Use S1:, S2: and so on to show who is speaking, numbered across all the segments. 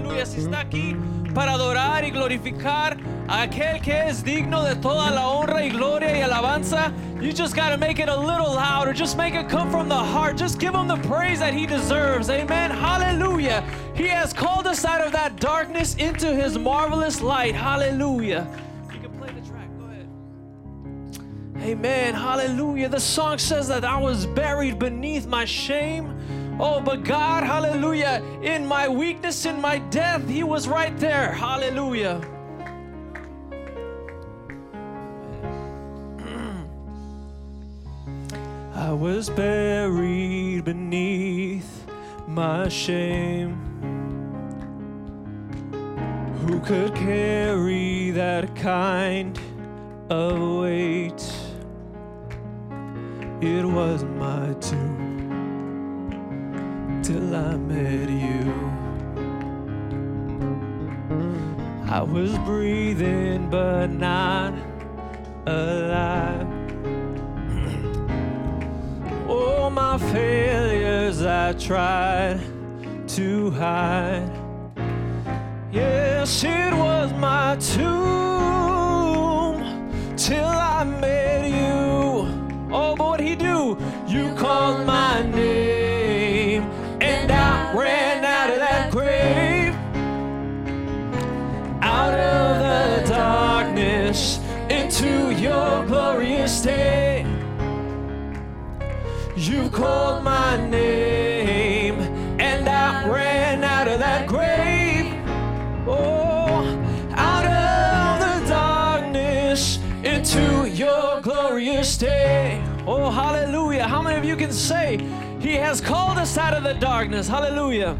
S1: glorias está aquí para adorar y glorificar a aquel que es digno de toda la honra y gloria y alabanza. You just got to make it a little louder. Just make it come from the heart. Just give him the praise that he deserves. Amen. Hallelujah. He has called us out of that darkness into his marvelous light. Hallelujah. You can play the track. Go ahead. Amen. Hallelujah. The song says that I was buried beneath my shame. Oh, but God, hallelujah, in my weakness, in my death, He was right there. Hallelujah. I was buried beneath my shame. Who could carry that kind of weight? It was my tomb till I met you. I was breathing but not alive. All my failures I tried to hide. Yes, it was my tomb till I met you. Oh, but what'd he do? You called my name, and I ran out of that grave out of the darkness into your glorious day. You called my name, and I ran out of that grave. Oh, out of the darkness into your glorious day. Oh, hallelujah. How many of you can say, He has called us out of the darkness? Hallelujah.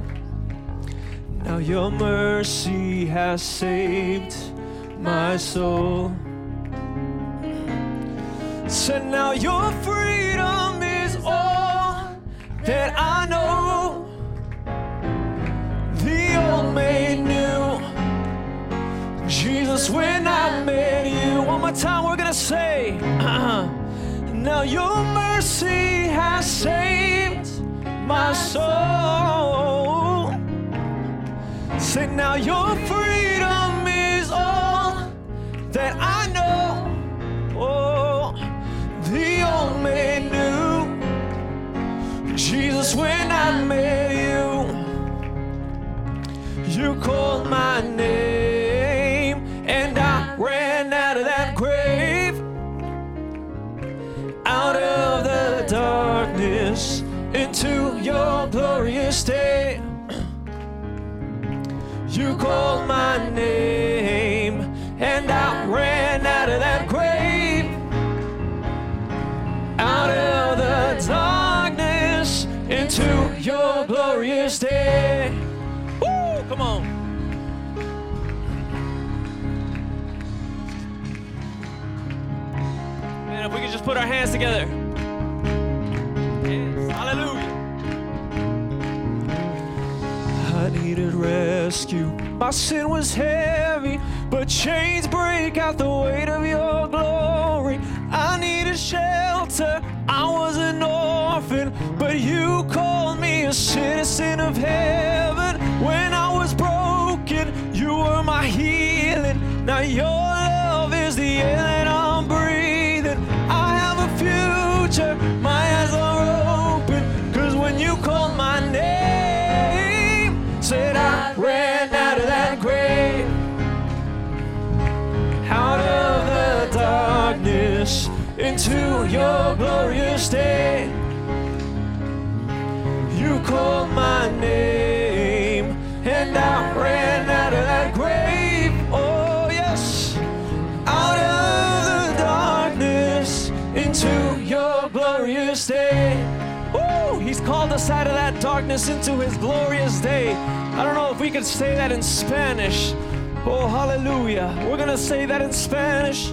S1: Now your mercy has saved my soul. Said now your freedom is all that I know. The old made new. Jesus, when I met you, one more time we're gonna say, now your mercy has saved my soul. Say now your freedom is all that I know. Oh, the old man knew. Jesus, when I met you, you called my name, and I ran out of that grave, out of the darkness into your glorious day. You called my name, and I ran out of that grave, out of the darkness into your glorious day. Woo! Come on. And if we could just put our hands together. Yes. Hallelujah. I needed rescue. My sin was heavy, but chains break out the weight of your glory. I needed shelter. I was an orphan, but you called me a citizen of heaven. When I was broken, you were my healing. Now your love is the air that I'm breathing. I have a future. My eyes are open, cause when you called my name, said I ran out of that grave, out of the darkness into your glorious day. You called my name, and I ran out of that grave. Oh, yes, out of the darkness into your glorious day. Woo! He's called us out of that darkness into his glorious day. I don't know if we could say that in Spanish. Oh, hallelujah. We're going to say that in Spanish.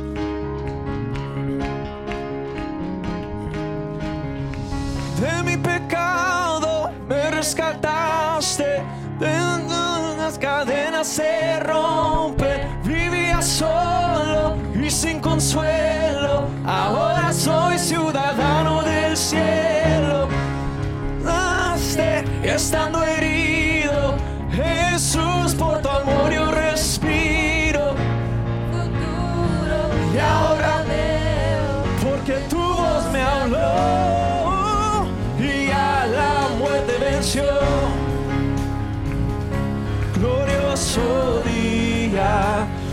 S1: De mi pecado me rescataste, de las cadenas se rompen. Vivía solo y sin consuelo, ahora soy ciudadano del cielo. Daste estando herido, Jesús por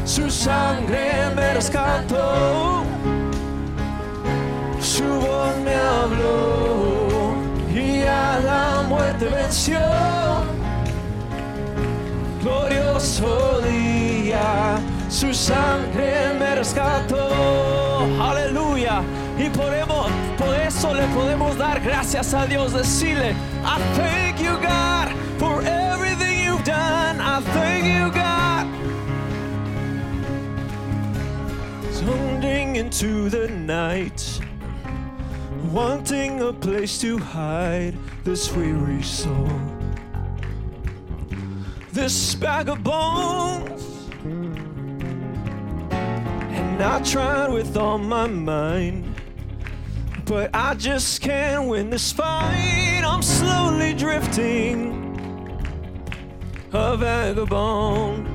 S1: Su sangre me rescató. Su voz me habló y a la muerte venció. Glorioso día, su sangre me rescató. Aleluya. Y podemos, por eso le podemos dar gracias a Dios. Decirle, I thank you, God, for everything you've done. I thank you, God. Sounding into the night, wanting a place to hide this weary soul. This bag of bones, and I tried with all my mind, but I just can't win this fight. I'm slowly drifting, a vagabond.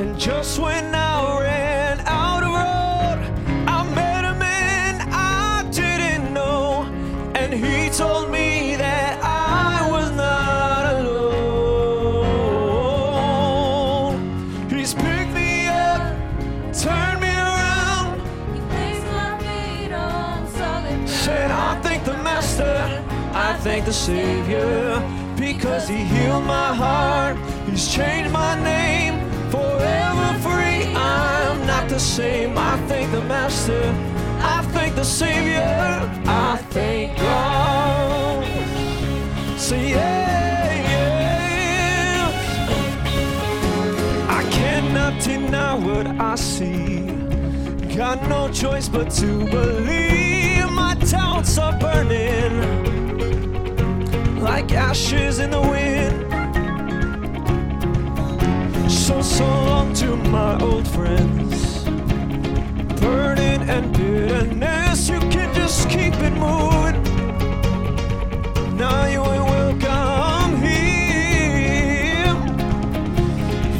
S1: And just when I ran out of road, I met a man I didn't know. And he told me that I was not alone. He's picked me up, turned me around,
S2: He placed my feet on solid ground.
S1: Said, I thank the Master, I thank the Savior, because He healed my heart, He's changed my name, forever free. I'm not the same. I thank the Master, I thank the Savior, I thank God. Say, yeah, yeah. I cannot deny what I see. Got no choice but to believe my doubts are burning like ashes in the wind. So, so long to my old friends, burden and bitterness. You can just keep it moving. Now you ain't welcome here.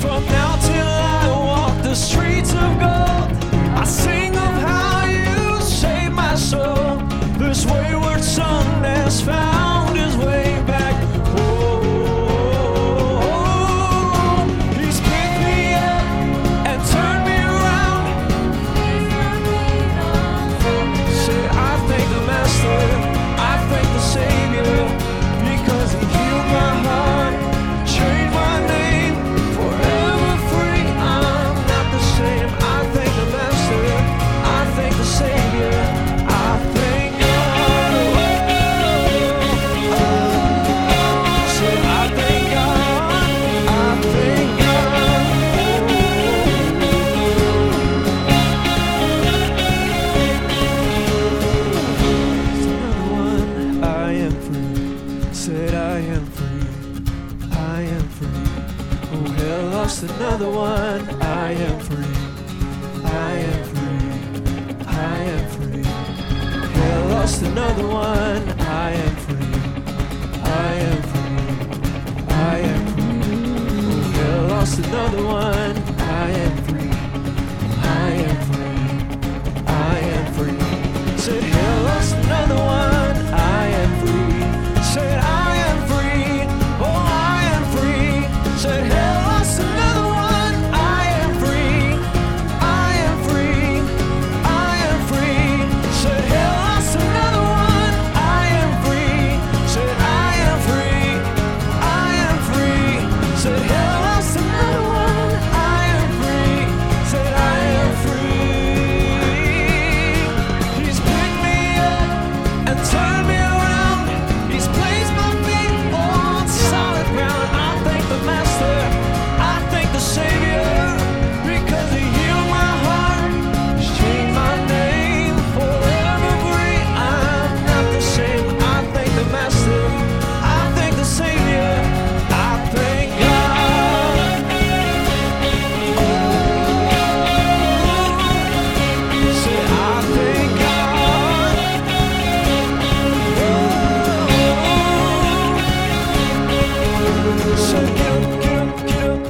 S1: From now till I walk the streets of gold, I sing of how you saved my soul. This wayward son has found his way back home. He's picked me up and turned me around.
S2: He placed my feet on solid ground.
S1: Say, I thank the Master, I thank the Savior, because He healed my heart, changed my name, forever free. I'm not the same. I thank the Master, I thank the Savior, I thank God. Oh, oh, oh. Say, I thank God, I thank God. Oh, oh, oh. One, I am free. Said I am free. I am free. Oh hell, lost another one. I am free. I am free. I am free. Hell, lost another one. I am free. I am free. I am free. Oh hell, lost another one. I am free. I am free. I am free. Said hell, lost another one. I am free. Said I am free. Oh, I am free. Said hell, lost another one. I am free. I am free. I am free. Said hell, lost another one. I am free. Said I am free. I am free. Said hell, lost another one. I am free. Oh,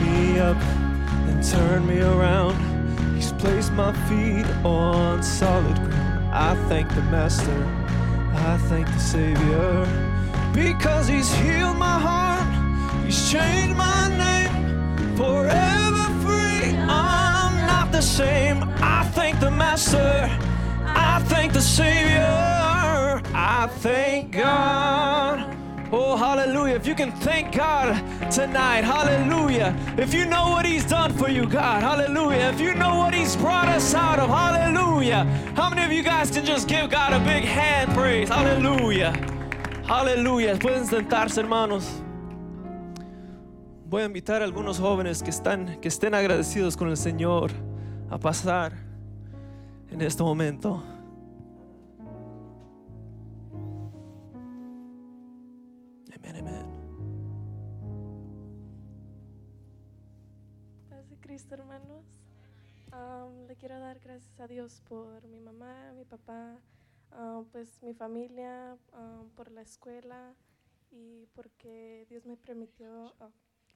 S1: me up and turned me around. He's placed my feet on solid ground. I thank the Master, I thank the Savior, because He's healed my heart, He's changed my name forever free. I'm not the same. I thank the Master, I thank the Savior, I thank God. Oh, hallelujah. If you can thank God tonight, hallelujah. If you know what He's done for you, God, hallelujah. If you know what He's brought us out of, hallelujah. How many of you guys can just give God a big hand praise? Hallelujah. Hallelujah. Pueden sentarse, hermanos. Voy a invitar a algunos jóvenes que, están, que estén agradecidos con el Señor a pasar en este momento. Amén, amén.
S3: Paz de Cristo, hermanos. Am, le quiero dar gracias a Dios por mi mamá, mi papá, ah, pues mi familia, am, por la escuela y porque Dios me permitió ah,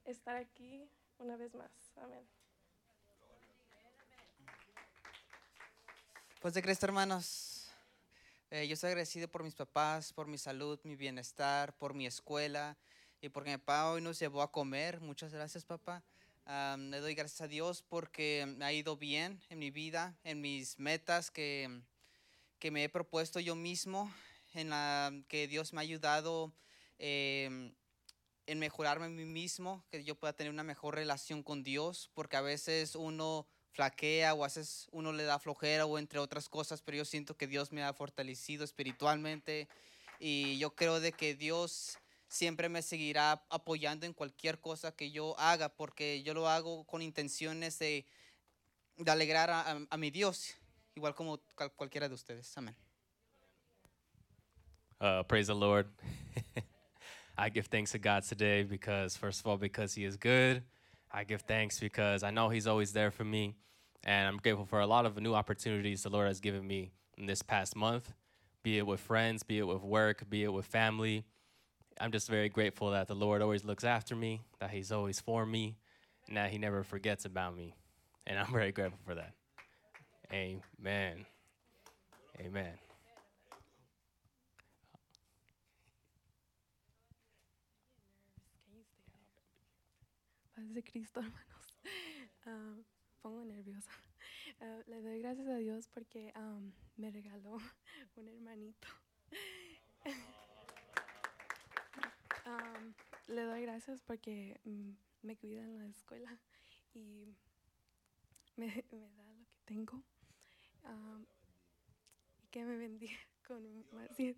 S3: estar aquí una vez más. Amén.
S4: Pues de Cristo, hermanos, eh, yo estoy agradecido por mis papás, por mi salud, mi bienestar, por mi escuela y porque mi papá hoy nos llevó a comer. Muchas gracias, papá. Ah, le doy gracias a Dios porque me ha ido bien en mi vida, en mis metas que, que me he propuesto yo mismo, en la que Dios me ha ayudado em, en mejorarme a mí mismo, que yo pueda tener una mejor relación con Dios, porque a veces uno flaquea o a veces uno le da flojera o entre otras cosas, pero yo siento que Dios me ha fortalecido espiritualmente y yo creo de que Dios siempre me seguirá apoyando en cualquier cosa que yo haga, porque yo lo hago con intenciones de, de alegrar a, a- a mi Dios, igual como cual- cualquiera de ustedes. Amén.
S5: Uh, praise the Lord. I give thanks to God today because, first of all, because He is good. I give thanks because I know He's always there for me. And I'm grateful for a lot of new opportunities the Lord has given me in this past month, be it with friends, be it with work, be it with family. I'm just very grateful that the Lord always looks after me, that He's always for me, and that He never forgets about me. And I'm very grateful for that. Amen. Amen.
S6: Paz de Cristo, hermanos. Ah, pongo nerviosa. Ah, le doy gracias a Dios porque am, me regaló un hermanito. Am, Ah, le doy gracias porque mm, me cuida en la escuela y me, me da lo que tengo. Am, y que me bendiga con más diez.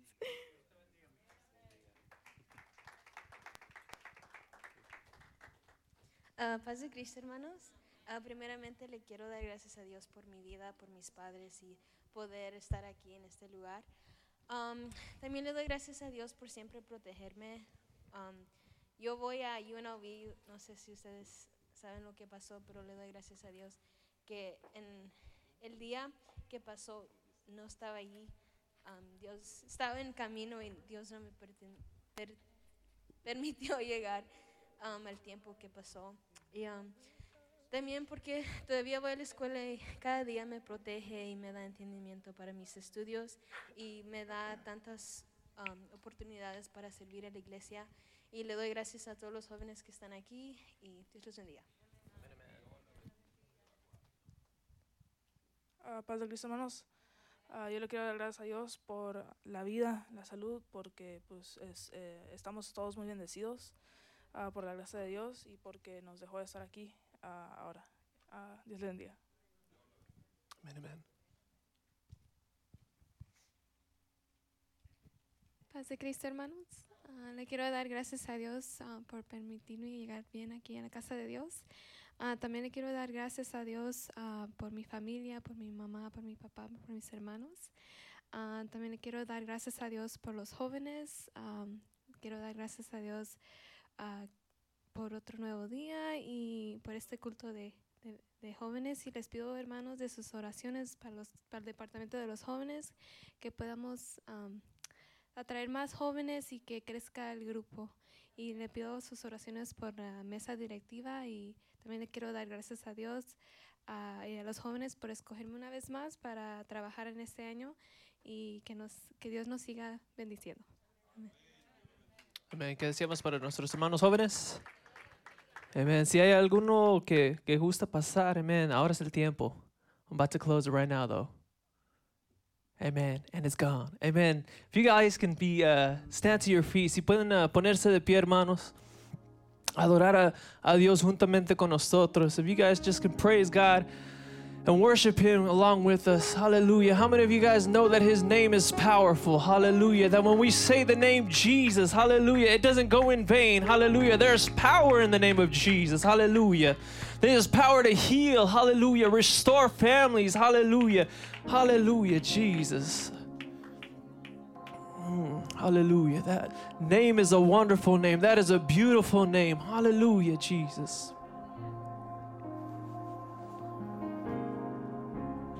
S7: Ah, paz de Cristo, hermanos. Ah, primeramente le quiero dar gracias a Dios por mi vida, por mis padres y poder estar aquí en este lugar. Am, también le doy gracias a Dios por siempre protegerme. Am, yo voy a UNLV, no sé si ustedes saben lo que pasó, pero le doy gracias a Dios que en el día que pasó no estaba allí. Am, Dios estaba en camino y Dios no me perten- per- permitió llegar um, al tiempo que pasó. Y um, también porque todavía voy a la escuela y cada día me protege y me da entendimiento para mis estudios y me da tantas um, oportunidades para servir a la iglesia. Y le doy gracias a todos los jóvenes que están aquí y Dios los bendiga.
S8: Ah, paz de Cristo, hermanos. Ah, yo le quiero dar gracias a Dios por la vida, la salud, porque pues, es, eh, estamos todos muy bendecidos ah, por la gracia de Dios y porque nos dejó de estar aquí ah, ahora. Ah, Dios le bendiga.
S1: Amén, amén.
S6: Paz de Cristo, hermanos. Ah, le quiero dar gracias a Dios ah, por permitirme llegar bien aquí a la casa de Dios. Ah, también le quiero dar gracias a Dios ah, por mi familia, por mi mamá, por mi papá, por mis hermanos. Ah, también le quiero dar gracias a Dios por los jóvenes. Am, quiero dar gracias a Dios ah, por otro nuevo día y por este culto de, de- de jóvenes. Y les pido, hermanos, de sus oraciones para, los, para el departamento de los jóvenes, ah, que podamos... am, atraer más jóvenes y que crezca el grupo. y le pido sus oraciones por la mesa directiva y también le quiero dar gracias a Dios ah, y a los jóvenes por escogerme una vez más para trabajar en este año y que, nos, que Dios nos siga bendiciendo.
S1: Amén. ¿Qué decíamos para nuestros hermanos jóvenes? Amén. Si hay alguno que, que gusta pasar, amén. Ahora es el tiempo. I'm about to close it right now, though. Amen. And it's gone. Amen. If you guys can be, uh, stand to your feet. Si pueden uh, ponerse de pie, hermanos. Adorar a, a Dios juntamente con nosotros. If you guys just can praise God and worship Him along with us. Hallelujah. How many of you guys know that His name is powerful? Hallelujah. That when we say the name Jesus, hallelujah, it doesn't go in vain. Hallelujah. There's power in the name of Jesus. Hallelujah. There's power to heal. Hallelujah. Restore families. Hallelujah. Hallelujah, Jesus. Mm, hallelujah. That name is a wonderful name. That is a beautiful name. Hallelujah, Jesus.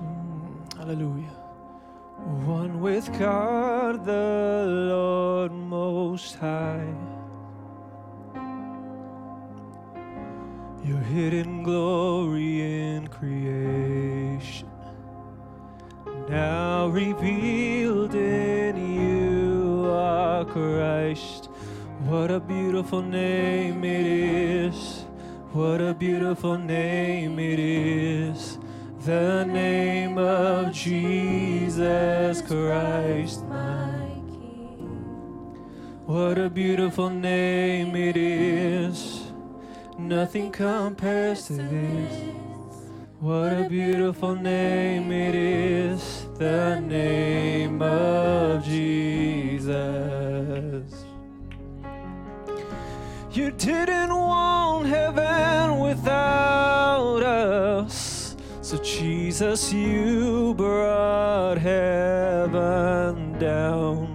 S1: Mm, Hallelujah. One with God, the Lord Most High. Your hidden glory in creation, now revealed in you are Christ. What a beautiful name it is! What a beautiful name it is! The name of Jesus Christ, my
S2: King.
S1: what a beautiful name it is. Nothing compares to this. What a beautiful name it is. The name of Jesus. You didn't want heaven without us. So, Jesus, you brought heaven down.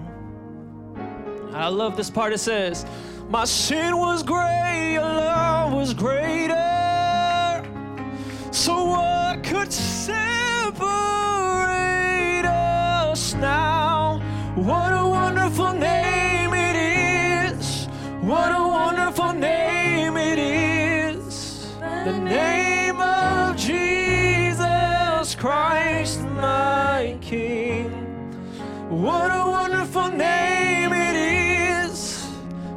S1: I love this part. It says, My sin was great, your love was greater. So what could separate us now? What a wonderful name it is! What a wonderful name it is! The name of Jesus Christ, my King. What a wonderful name it is.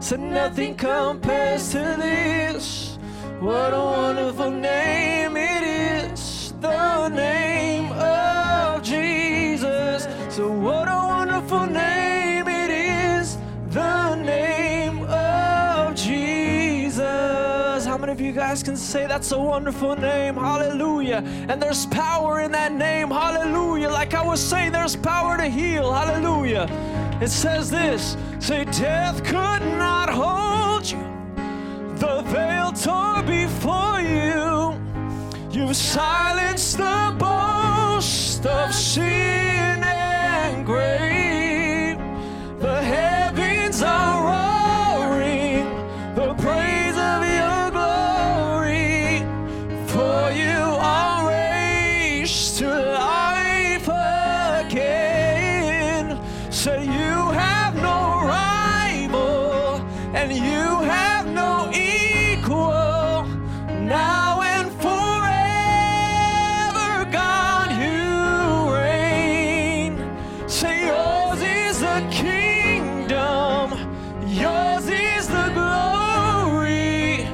S1: So nothing compares to this. What a wonderful name it is. The name of Jesus. So what a wonderful name it is. The name of Jesus. How many of you guys can say that's a wonderful name? Hallelujah. And there's power in that name. Hallelujah. Like I was saying, there's power to heal. Hallelujah. It says this say, death could not hold you, the veil tore before you. You've silenced the boast of sin and grave. The heavens are roaring, the praise of your glory. For you are raised to life again. Say you have no rival, and you have no equal. Now and forever, God, you reign. Say yours is the kingdom, yours is the glory,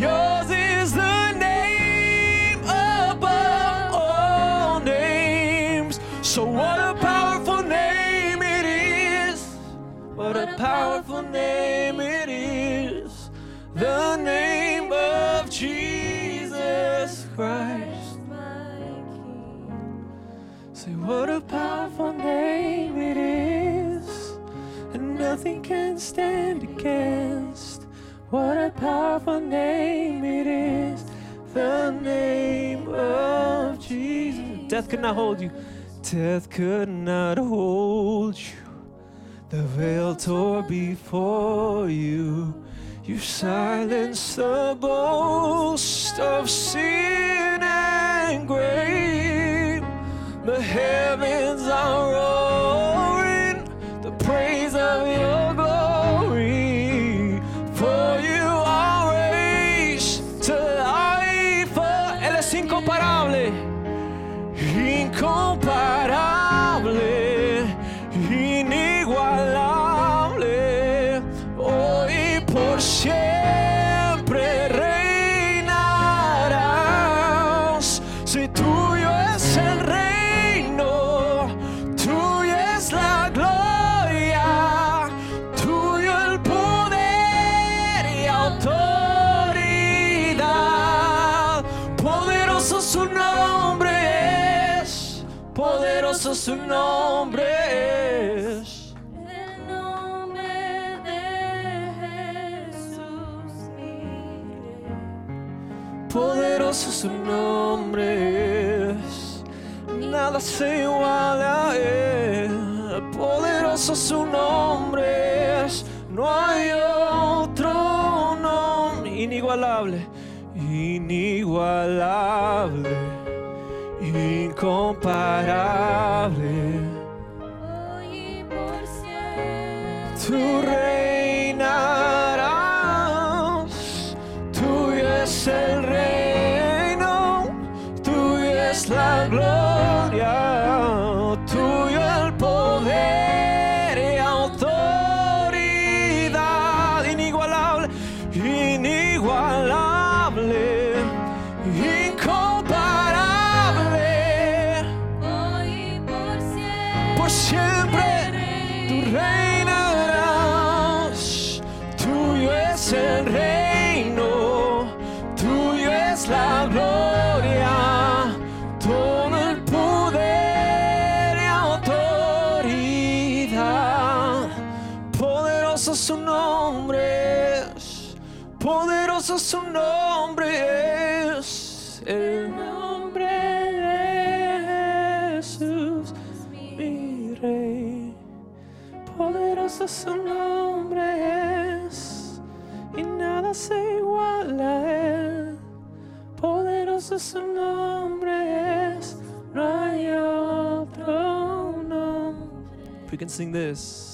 S1: yours is the name above all names. So what a powerful name it is! What a powerful name it is! The name of Jesus Christ. Say, what a powerful name it is, and nothing can stand against. What a powerful name it is, the name of Jesus. Death could not hold you. Death could not hold you. The veil tore before you. You silenced the boast of sin and grave. The heavens are roaring, the praise of your glory. For es incomparable, incomparable, inigualable, hoy y por siempre reinarás. Si tuyo es el reino, tuyo es la gloria, tuyo el poder y autoridad. Poderoso su nombre es, poderoso su nombre es.
S2: El nombre de Jesús, mi
S1: poderoso su nombre es. Nada se iguala a él, poderoso su nombre es. No hay otro nombre inigualable, inigualable, incomparable.
S2: hoy y por siempre.
S1: Tú reinarás, tuyo es el reino, tuyo es la gloria, tuyo el poder y autoridad inigualable, inigualable, incomparable
S2: Hoy y por siempre.
S1: por siempre tú reinarás. Tuyo es el reino, tuyo es la gloria, todo el poder y autoridad. Poderoso su nombre es, poderoso su nombre es, el nombre de Jesús mi rey. Poderoso su nombre es y nada se iguala a él. Poderoso su nombre es, no hay otro nombre. We can sing this.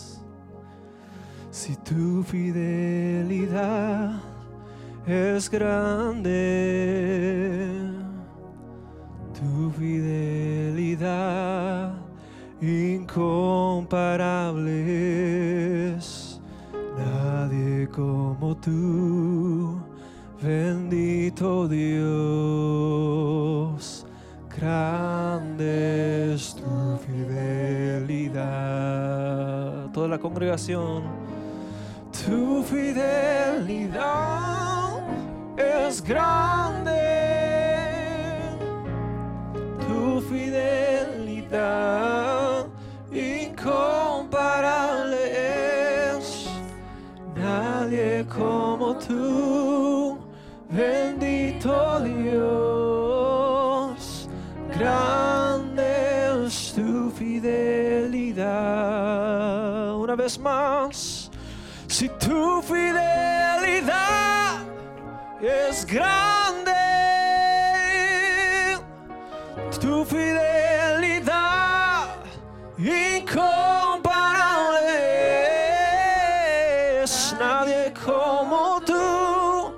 S1: Si tu fidelidad es grande tu fidelidad incomparable es. Nadie como tú, bendito Dios, grande es tu fidelidad. Toda la congregación, tu fidelidad es grande tu fidelidad incomparable es. Nadie como tú, bendito Dios, grande es tu fidelidad. Una vez más, si tu fidelidad es grande, tu fidelidad incomparable es nadie como tú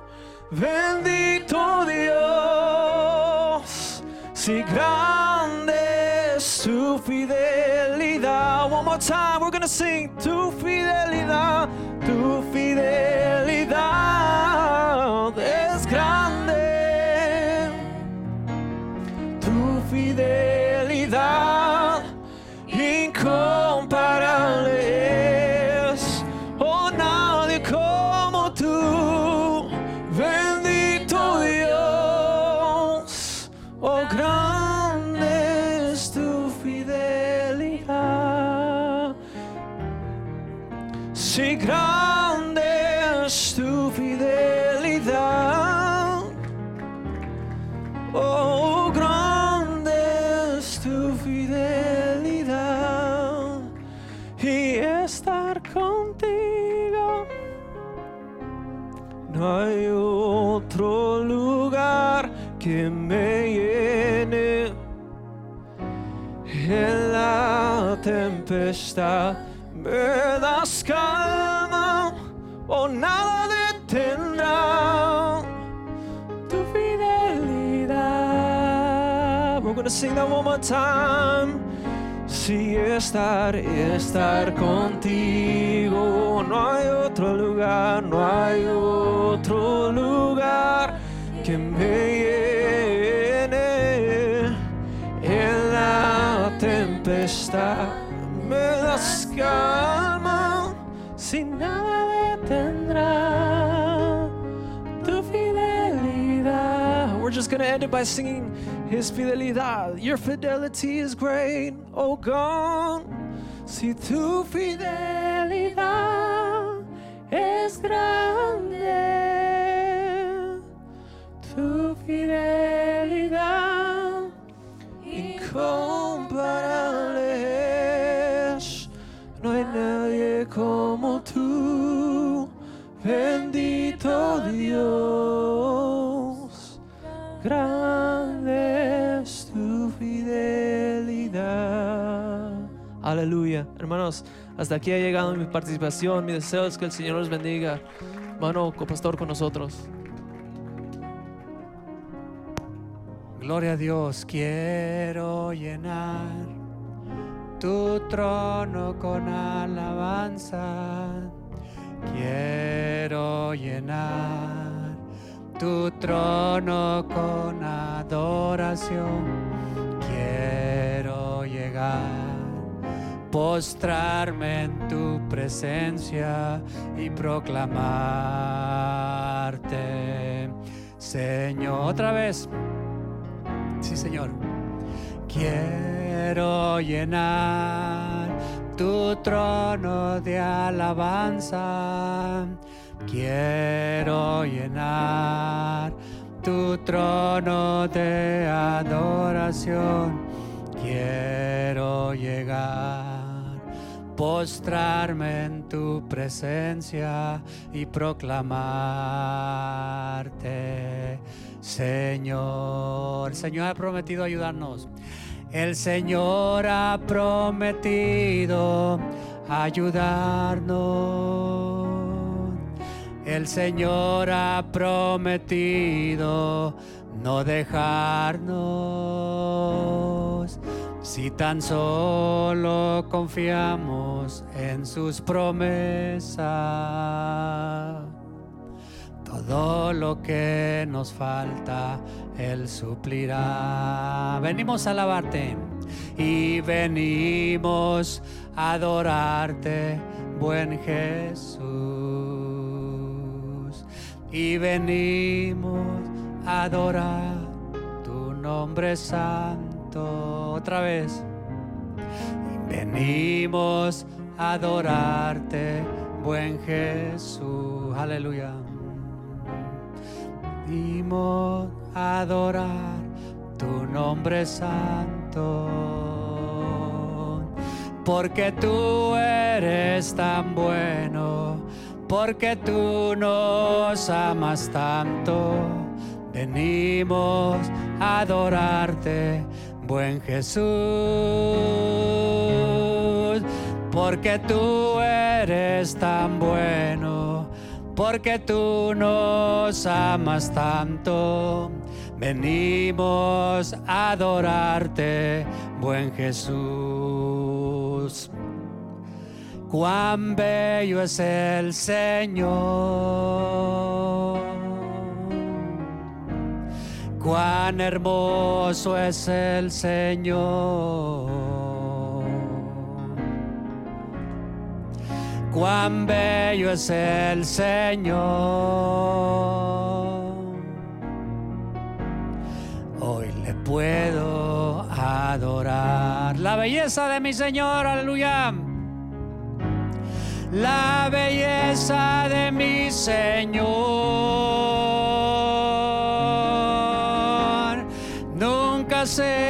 S1: bendito Dios si grande es tu fidelidad one more time we're gonna sing tu fidelidad tu fidelidad es grande tu fidelidad incomparable es. Oh, nadie como tú, bendito Dios. Oh, grande es tu fidelidad. Si grande es tu fidelidad. Oh, grande es tu fidelidad y estar contigo. No hay otro lugar que me llene en la tempestad. Me das calma o nada detendrá tu fidelidad. gonna sing that one more time. Si estar, estar contigo. No hay otro lugar, no hay otro lugar que me llene en la tempestad. Me das calma, sin nada detendrá tu fidelidad. We're just gonna end it by singing His fidelidad. Your fidelity is great, oh God. Si tu fidelidad es grande, tu fidelidad incomparable es. No hay nadie como tú, bendito Dios. Grande es tu fidelidad. Aleluya. Hermanos, hasta aquí ha llegado mi participación. Mi deseo es que el Señor los bendiga. Mano, copastor con nosotros.
S9: Gloria a Dios, quiero llenar tu trono con alabanza. Quiero llenar tu trono con adoración. Quiero llegar, postrarme en tu presencia y proclamarte. Señor, otra vez. Sí, Señor. Quiero llenar tu trono de alabanza. Quiero llenar tu trono de adoración. Quiero llegar, postrarme en tu presencia y proclamarte. Señor, el Señor ha prometido ayudarnos. El Señor ha prometido ayudarnos. El Señor ha prometido no dejarnos. Si tan solo confiamos en sus promesas. Todo lo que nos falta, Él suplirá. Venimos a alabarte y venimos a adorarte, buen Jesús. Y venimos a adorar tu nombre santo. Otra vez. Y venimos a adorarte, buen Jesús. Aleluya venimos a adorar tu nombre santo. Porque tú eres tan bueno, porque tú nos amas tanto. Venimos a adorarte, buen Jesús. Porque tú eres tan bueno porque tú nos amas tanto. Venimos a adorarte, buen Jesús. Cuán bello es el Señor. Cuán hermoso es el Señor cuán bello es el Señor. Hoy le puedo adorar la belleza de mi Señor, aleluya. La belleza de mi Señor nunca se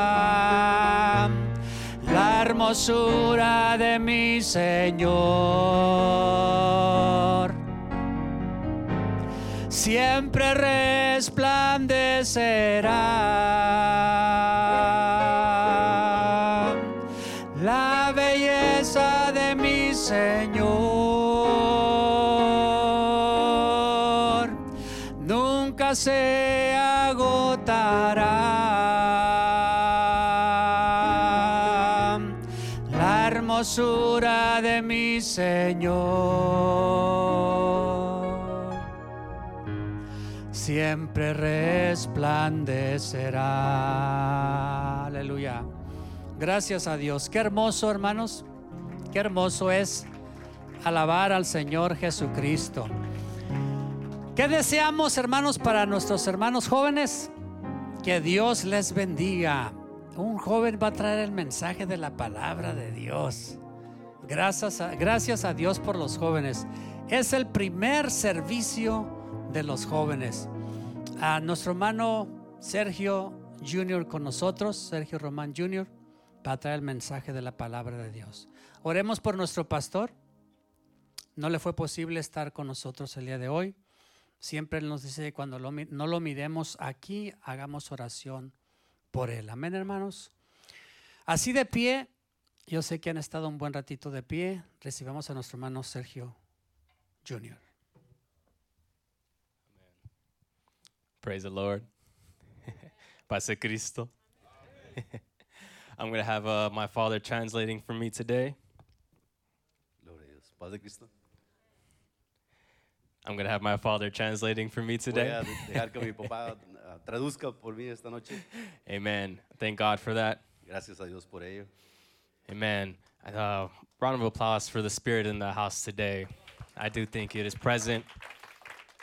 S9: agotará la hermosura de mi Señor. Siempre resplandecerá la belleza de mi Señor. Nunca nunca se agotará. La hermosura de mi Señor siempre resplandecerá. Aleluya. Gracias a Dios. Qué hermoso, hermanos. Qué hermoso es alabar al Señor Jesucristo. ¿Qué deseamos, hermanos, para nuestros hermanos jóvenes? Que Dios les bendiga. Un joven va a traer el mensaje de la palabra de Dios. Gracias a, gracias a Dios por los jóvenes. Es el primer servicio de los jóvenes. A nuestro hermano Sergio Jr. con nosotros, Sergio Román Jr., va a traer el mensaje de la palabra de Dios. Oremos por nuestro pastor. No le fue posible estar con nosotros el día de hoy. Siempre él nos dice que cuando lo mi- no lo miremos aquí, hagamos oración por él. Amén, hermanos. Así de pie, yo sé que han estado un buen ratito de pie. Recibamos a nuestro hermano Sergio Jr.
S5: Praise the Lord. Pase Cristo. I'm going to have uh, my father translating for me today.
S10: Gloria a Dios. Paz de Cristo.
S5: I'm going to have my father translating for me
S10: Voy
S5: today.
S10: a de- dejar que mi papá ah, traduzca por mí esta noche.
S5: Amen. Thank God for that.
S10: Gracias a Dios por ello.
S5: Amen. Uh, round of applause for the Spirit in the house today. I do think it is present.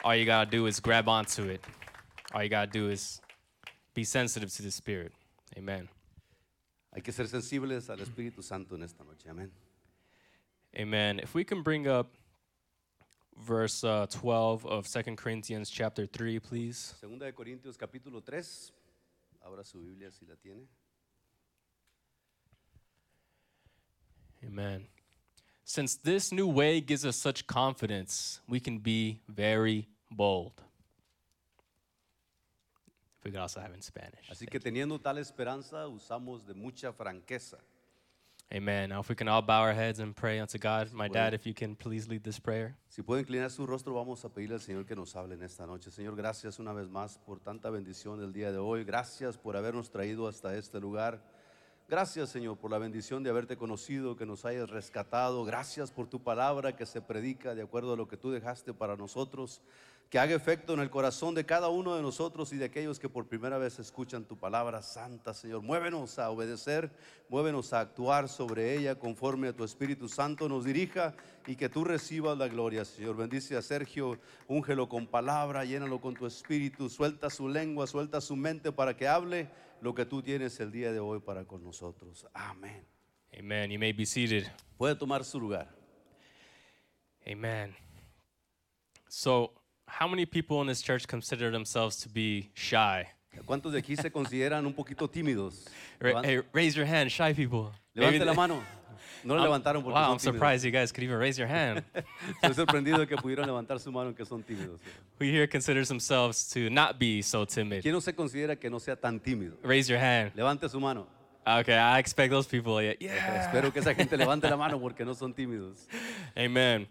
S5: All you got to do is grab onto it. All you got to do is be sensitive to the Spirit. Amen.
S10: Hay que ser sensibles al Espíritu Santo en esta noche. Amén.
S5: Amen. If we can bring up verse uh, 12 of 2 Corinthians chapter 3, please.
S10: Segunda de Corintios capítulo 3. Abra su Biblia si la tiene.
S5: Amen. Since this new way gives us such confidence, we can be very bold. If we could also have it in Spanish.
S10: Así que teniendo tal esperanza, usamos de mucha franqueza.
S5: Amen. Now, if we can all bow our heads and pray unto God, my
S10: Bueno.
S5: dad, if you can please lead this prayer.
S10: Si puede inclinar su rostro, vamos a pedirle al Señor que nos hable en esta noche. Señor, gracias una vez más por tanta bendición el día de hoy. Gracias por habernos traído hasta este lugar. Gracias, Señor, por la bendición de haberte conocido, que nos hayas rescatado. Gracias por tu palabra que se predica de acuerdo a lo que tú dejaste para nosotros. Que haga efecto en el corazón de cada uno de nosotros y de aquellos que por primera vez escuchan tu palabra santa, Señor. Muévenos a obedecer, muévenos a actuar sobre ella conforme a tu Espíritu Santo nos dirija y que tú recibas la gloria, Señor. Bendice a Sergio, úngelo con palabra, llénalo con tu Espíritu, suelta su lengua, suelta su mente para que hable lo que tú tienes el día de hoy para con nosotros. Amén.
S5: Amen. You may be seated.
S10: Puede tomar su lugar.
S5: Amen. So, how many people in this church consider themselves to be shy?
S10: ¿Cuántos de aquí se consideran un poquito tímidos?
S5: Ra- hey, raise your hand, shy people. Maybe
S10: Levante la
S5: th-
S10: mano. No la
S5: I'm-
S10: levantaron porque
S5: wow,
S10: son
S5: I'm
S10: tímidos.
S5: surprised you guys could even raise your hand.
S10: Estoy sorprendido de que pudieron levantar su mano, que son tímidos.
S5: Who here considers themselves to not be so timid?
S10: ¿Quién no se considera que no sea tan tímido?
S5: Raise your hand.
S10: Levante su mano.
S5: Okay, I expect those people. Yeah. yeah.
S10: Espero que esa gente levante la mano porque no son tímidos.
S5: Amen.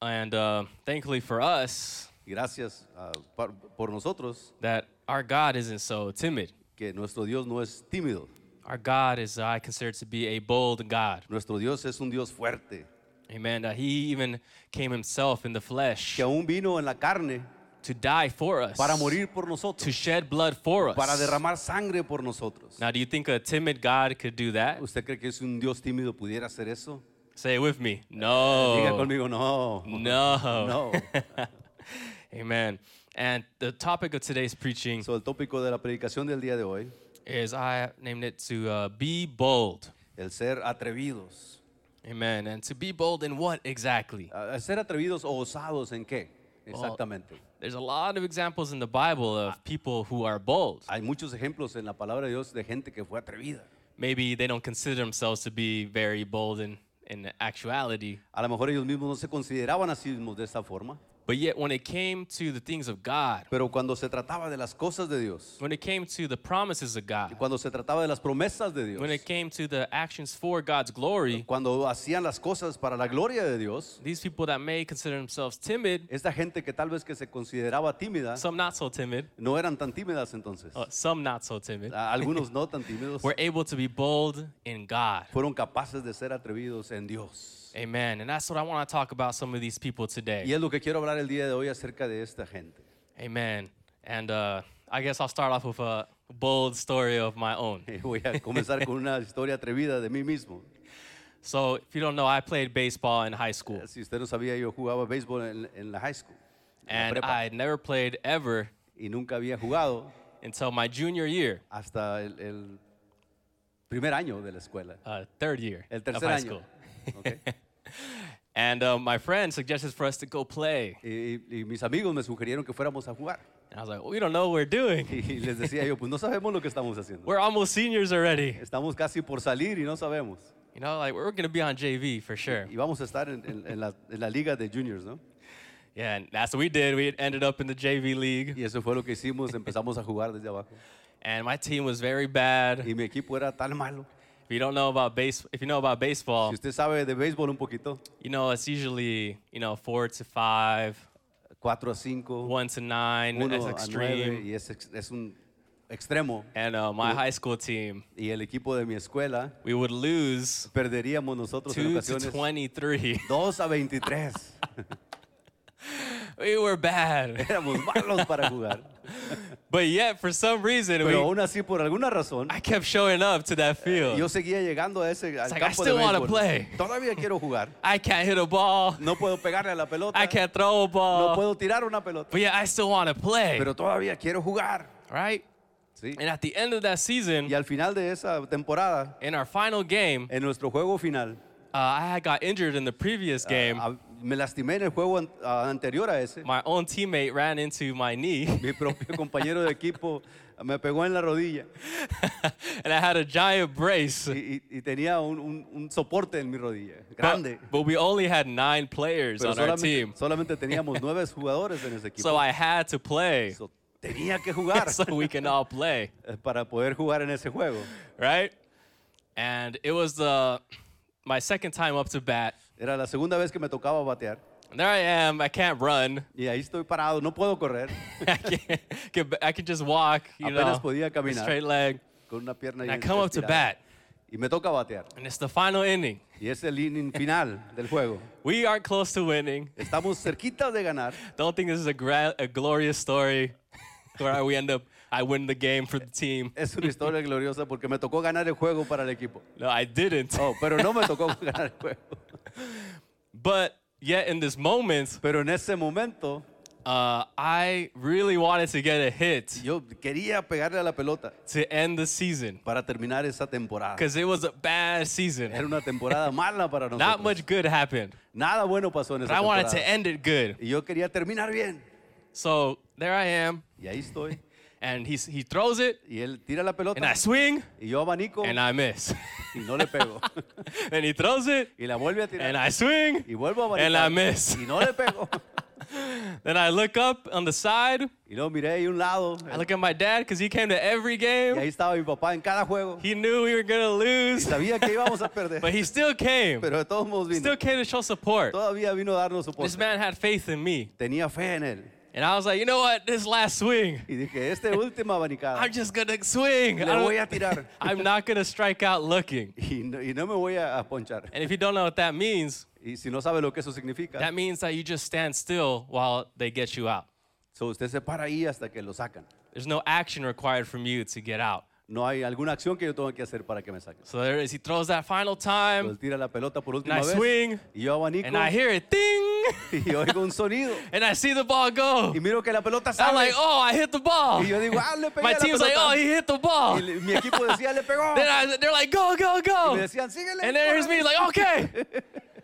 S5: And uh, thankfully for us,
S10: Y Gracias ah, par- por nosotros
S5: that our God isn't so timid.
S10: que nuestro Dios no es tímido.
S5: Our God is, uh, I consider to be a bold God.
S10: Nuestro Dios es un Dios fuerte,
S5: Amen. That He even came Himself in the flesh
S10: que aún vino en la carne
S5: to die for us,
S10: para morir por
S5: to
S10: nosotros,
S5: shed blood for us.
S10: para derramar sangre por nosotros.
S5: Now, do you think a timid God could do that?
S10: ¿Usted cree que es un Dios tímido pudiera hacer eso?
S5: Say it with me.
S10: Diga
S5: No.
S10: conmigo, no.
S5: No.
S10: No.
S5: Amen. And the topic of today's preaching
S10: So, el tópico de la predicación del día de hoy,
S5: is I named it to uh, be bold.
S10: el ser atrevidos.
S5: Amen. And to be bold in what exactly?
S10: Ah, ¿Ser atrevidos o osados en qué? Exactamente.
S5: There's a lot of examples in the Bible of people who are bold.
S10: Hay muchos ejemplos en la palabra de Dios de gente que fue atrevida.
S5: Maybe they don't consider themselves to be very bold in, in actuality,
S10: A lo mejor ellos mismos no se consideraban a sí mismos de esa forma,
S5: But yet, when it came to the things of God,
S10: Pero cuando se trataba de las cosas de Dios,
S5: when it came to the promises of God,
S10: cuando se trataba de las promesas de
S5: when
S10: Dios,
S5: it came to the actions for God's glory,
S10: cuando hacían las cosas para la gloria de Dios,
S5: these people that may consider themselves timid,
S10: esta gente que tal vez que se consideraba tímida,
S5: some not so timid,
S10: no eran tan tímidas entonces.
S5: uh, some not so timid,
S10: A- Algunos no tan tímidos,
S5: were able to be bold in God.
S10: fueron capaces de ser atrevidos en Dios.
S5: Amen. And that's what I want to talk about some of these people
S10: Y
S5: today.
S10: es lo que quiero hablar el día de hoy acerca de esta gente.
S5: Amen. And uh, I guess I'll start off with a bold story of my own.
S10: Voy a comenzar con una historia atrevida de mí mismo.
S5: So, if you don't know, I played baseball in high school,
S10: Si usted no sabía, yo jugaba béisbol en, en la high school en la
S5: and
S10: prepa,
S5: I had never played ever
S10: y nunca había jugado
S5: until my junior year,
S10: hasta el, el primer año de la escuela,
S5: uh, third year
S10: el
S5: of
S10: tercer
S5: high
S10: año.
S5: school.
S10: Ok.
S5: And uh, my friend suggested for us to go play.
S10: Y, y mis amigos me sugirieron que fuéramos a jugar.
S5: And I was like, we don't know what we're doing.
S10: Y les decía yo, pues no sabemos lo que estamos haciendo.
S5: We're almost seniors already.
S10: Estamos casi por salir y no sabemos.
S5: You know, like we're going to be on JV for sure.
S10: Y vamos a estar en, en- en la, en la liga de juniors, ¿no?
S5: Yeah, and that's what we did. We ended up in the JV league,
S10: Y eso fue lo que hicimos, empezamos a jugar desde abajo.
S5: and my team was very bad.
S10: Y mi equipo era tan malo.
S5: If you don't know about base, if you know about
S10: Si
S5: baseball,
S10: usted sabe de béisbol un poquito,
S5: you know it's usually you know four to five,
S10: 4 a 5,
S5: one to nine as
S10: 1 a 9,
S5: extreme.
S10: y es, ex- es un extremo.
S5: And uh, my high school team,
S10: Y el equipo de mi escuela
S5: we would lose
S10: perderíamos nosotros en
S5: two to
S10: ocasiones
S5: twenty-three.
S10: 2 a 23.
S5: we were bad,
S10: Éramos malos para jugar.
S5: but yet for some reason
S10: Pero
S5: we,
S10: aún así, por alguna razón,
S5: I kept showing up to that
S10: yo
S5: field.
S10: seguía llegando a ese al
S5: like, I
S10: campo de
S5: still wanna
S10: béisbol.
S5: play.
S10: Todavía quiero jugar.
S5: I can't hit a ball.
S10: No puedo pegarle a la pelota.
S5: I can't throw a
S10: No
S5: ball.
S10: puedo tirar una pelota.
S5: But yeah, I still want to play,
S10: Pero todavía quiero jugar.
S5: right?
S10: Sí.
S5: And at the end of that season,
S10: Y al final de esa temporada,
S5: in our final game,
S10: en nuestro juego final,
S5: uh, I had got injured in the previous game.
S10: a- Uh, me lastimé en el juego an- a- anterior a ese.
S5: My own teammate ran into my knee,
S10: Mi propio compañero de equipo me pegó en la rodilla
S5: and I had a giant brace.
S10: y, y- y tenía un, un- un soporte en mi rodilla, grande.
S5: But, but we only had nine players
S10: Pero
S5: on our
S10: solamente,
S5: team,
S10: solamente teníamos nueve jugadores en ese equipo.
S5: so I had to play
S10: So, tenía que jugar
S5: so we can all play,
S10: eh, para poder jugar en ese juego.
S5: right? And it was the my second time up to bat.
S10: Era la segunda vez que me tocaba batear
S5: And there I am. I can't run.
S10: y ahí estoy parado, no puedo correr
S5: I can't. get ba- I can just walk. You know,
S10: Apenas podía
S5: with
S10: caminar.
S5: straight leg.
S10: con una pierna
S5: And
S10: y
S5: I come up to bat,
S10: Y me toca batear.
S5: and it's the final inning.
S10: Y es el inning final del juego.
S5: We aren't close to winning.
S10: Estamos cerquita de ganar.
S5: Don't think this is a, gra- a glorious story where I, we end up, I win the game for the team.
S10: Es una historia gloriosa porque me tocó ganar el juego para el equipo.
S5: No, I didn't.
S10: Oh, pero no me tocó ganar el juego.
S5: But yet, in this moment,
S10: Pero en ese momento
S5: uh, I really wanted to get a hit
S10: yo quería pegarle a la pelota
S5: to end the season
S10: para terminar esa temporada.
S5: because it was a bad
S10: Era
S5: season.
S10: una temporada mala para nosotros.
S5: Not much good happened,
S10: Nada bueno pasó en
S5: but
S10: esa
S5: I wanted
S10: temporada.
S5: to end it good.
S10: Y yo quería terminar bien.
S5: So there I am,
S10: Y ahí estoy.
S5: and he, he throws it,
S10: Y él tira la
S5: and
S10: pelota.
S5: I swing,
S10: Y yo abanico
S5: and I miss.
S10: y no le pego.
S5: and he throws it,
S10: y la vuelve a
S5: and
S10: tirar.
S5: I swing,
S10: Y vuelvo a
S5: and I
S10: abanicar.
S5: miss.
S10: y no le pego.
S5: Then I look up on the side.
S10: y luego miré ahí un lado.
S5: I look at my dad because he came to every
S10: Y ahí
S5: game.
S10: estaba mi papá en cada juego.
S5: He knew we were gonna
S10: Y
S5: lose,
S10: sabía que íbamos a perder.
S5: but he still came.
S10: pero de todos modos vino.
S5: Still came to show support.
S10: Todavía vino a darnos
S5: This
S10: soporte.
S5: man had faith in me,
S10: Tenía fe en él.
S5: and I was like, you know what? This last swing,
S10: Y dije, esta última abanicada.
S5: I'm just gonna swing. I
S10: Le voy
S5: don't-
S10: a tirar.
S5: I'm not gonna strike out looking.
S10: Y no, y no me voy a, a ponchar.
S5: And if you don't know what that means,
S10: Y si no sabe lo que eso significa,
S5: that means that you just stand still while they get you out.
S10: so usted se para ahí hasta que lo sacan.
S5: There's no action required from you to get out.
S10: No hay alguna acción que yo tenga que hacer para que me saquen.
S5: So there it is. He throws that final
S10: Él
S5: time,
S10: tira la pelota por última
S5: Nice
S10: vez.
S5: swing.
S10: Y yo abanico.
S5: and I hear it ding,
S10: Y oigo un sonido.
S5: and I see the ball go.
S10: Y miro que la pelota
S5: I'm
S10: sale.
S5: like, oh, I hit the ball.
S10: Y yo digo, ah, le pegué
S5: My
S10: a la
S5: team's like,
S10: pelota. pues,
S5: oh, he hit the ball.
S10: Y
S5: Then
S10: le- mi equipo decía, le pegó.
S5: I, they're like, go, go,
S10: Y
S5: go.
S10: me decían, síguele.
S5: And then there's me, like, okay,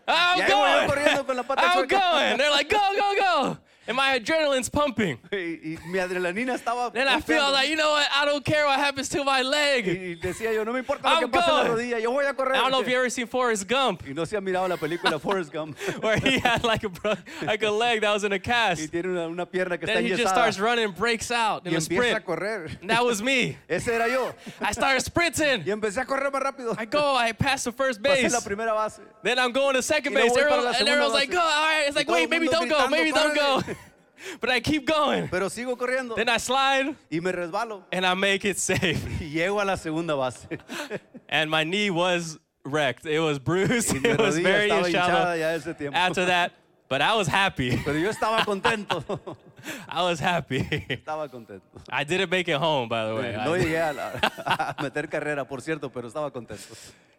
S10: Y
S5: I'm
S10: ahí voy yo
S5: going.
S10: corriendo con la pata
S5: I'm
S10: chueca.
S5: going. They're like, go, go, go. and my adrenaline's pumping.
S10: Y, y mi adrenalina estaba.
S5: Then I feel
S10: golpeando.
S5: like, you know what? I don't care what happens to my
S10: y,
S5: leg.
S10: y decía yo, no me importa lo
S5: I'm
S10: que pase en la
S5: going.
S10: rodilla, yo voy a correr.
S5: I don't know if you ever seen Forrest Gump,
S10: Y no se ha mirado la película Forrest Gump.
S5: where he had like a bro- like a leg that was in a
S10: y
S5: cast.
S10: tiene una, una pierna que está
S5: Then he just
S10: enyesada.
S5: starts running, breaks out in
S10: Y
S5: a
S10: empieza
S5: sprint.
S10: a correr.
S5: And that was me.
S10: Ese era yo.
S5: I started sprinting.
S10: Y empecé a correr más rápido.
S5: I go, I pass the first
S10: Pasé la
S5: base.
S10: primera base.
S5: Then I'm going to second
S10: Y luego
S5: base.
S10: voy para
S5: Everyone-
S10: la
S5: and
S10: segunda
S5: everyone's
S10: base.
S5: like, go, all right. It's
S10: Y
S5: like,
S10: todo el
S5: wait, maybe
S10: mundo
S5: don't go,
S10: gritando,
S5: maybe don't go.
S10: "Párale".
S5: But I keep going.
S10: Pero sigo corriendo.
S5: Then I slide
S10: Y me resbalo.
S5: and I make it safe.
S10: Y llego a la segunda base.
S5: And my knee was wrecked. It was bruised.
S10: Y mi
S5: It was
S10: rodilla
S5: very
S10: estaba hinchada
S5: shallow
S10: ya ese tiempo.
S5: after that. But I was happy.
S10: Pero yo estaba contento.
S5: I was happy.
S10: estaba contento.
S5: I didn't make it home, by the way.
S10: Eh,
S5: I
S10: No
S5: did-
S10: llegué a, la- a meter carrera, por cierto, pero estaba contento.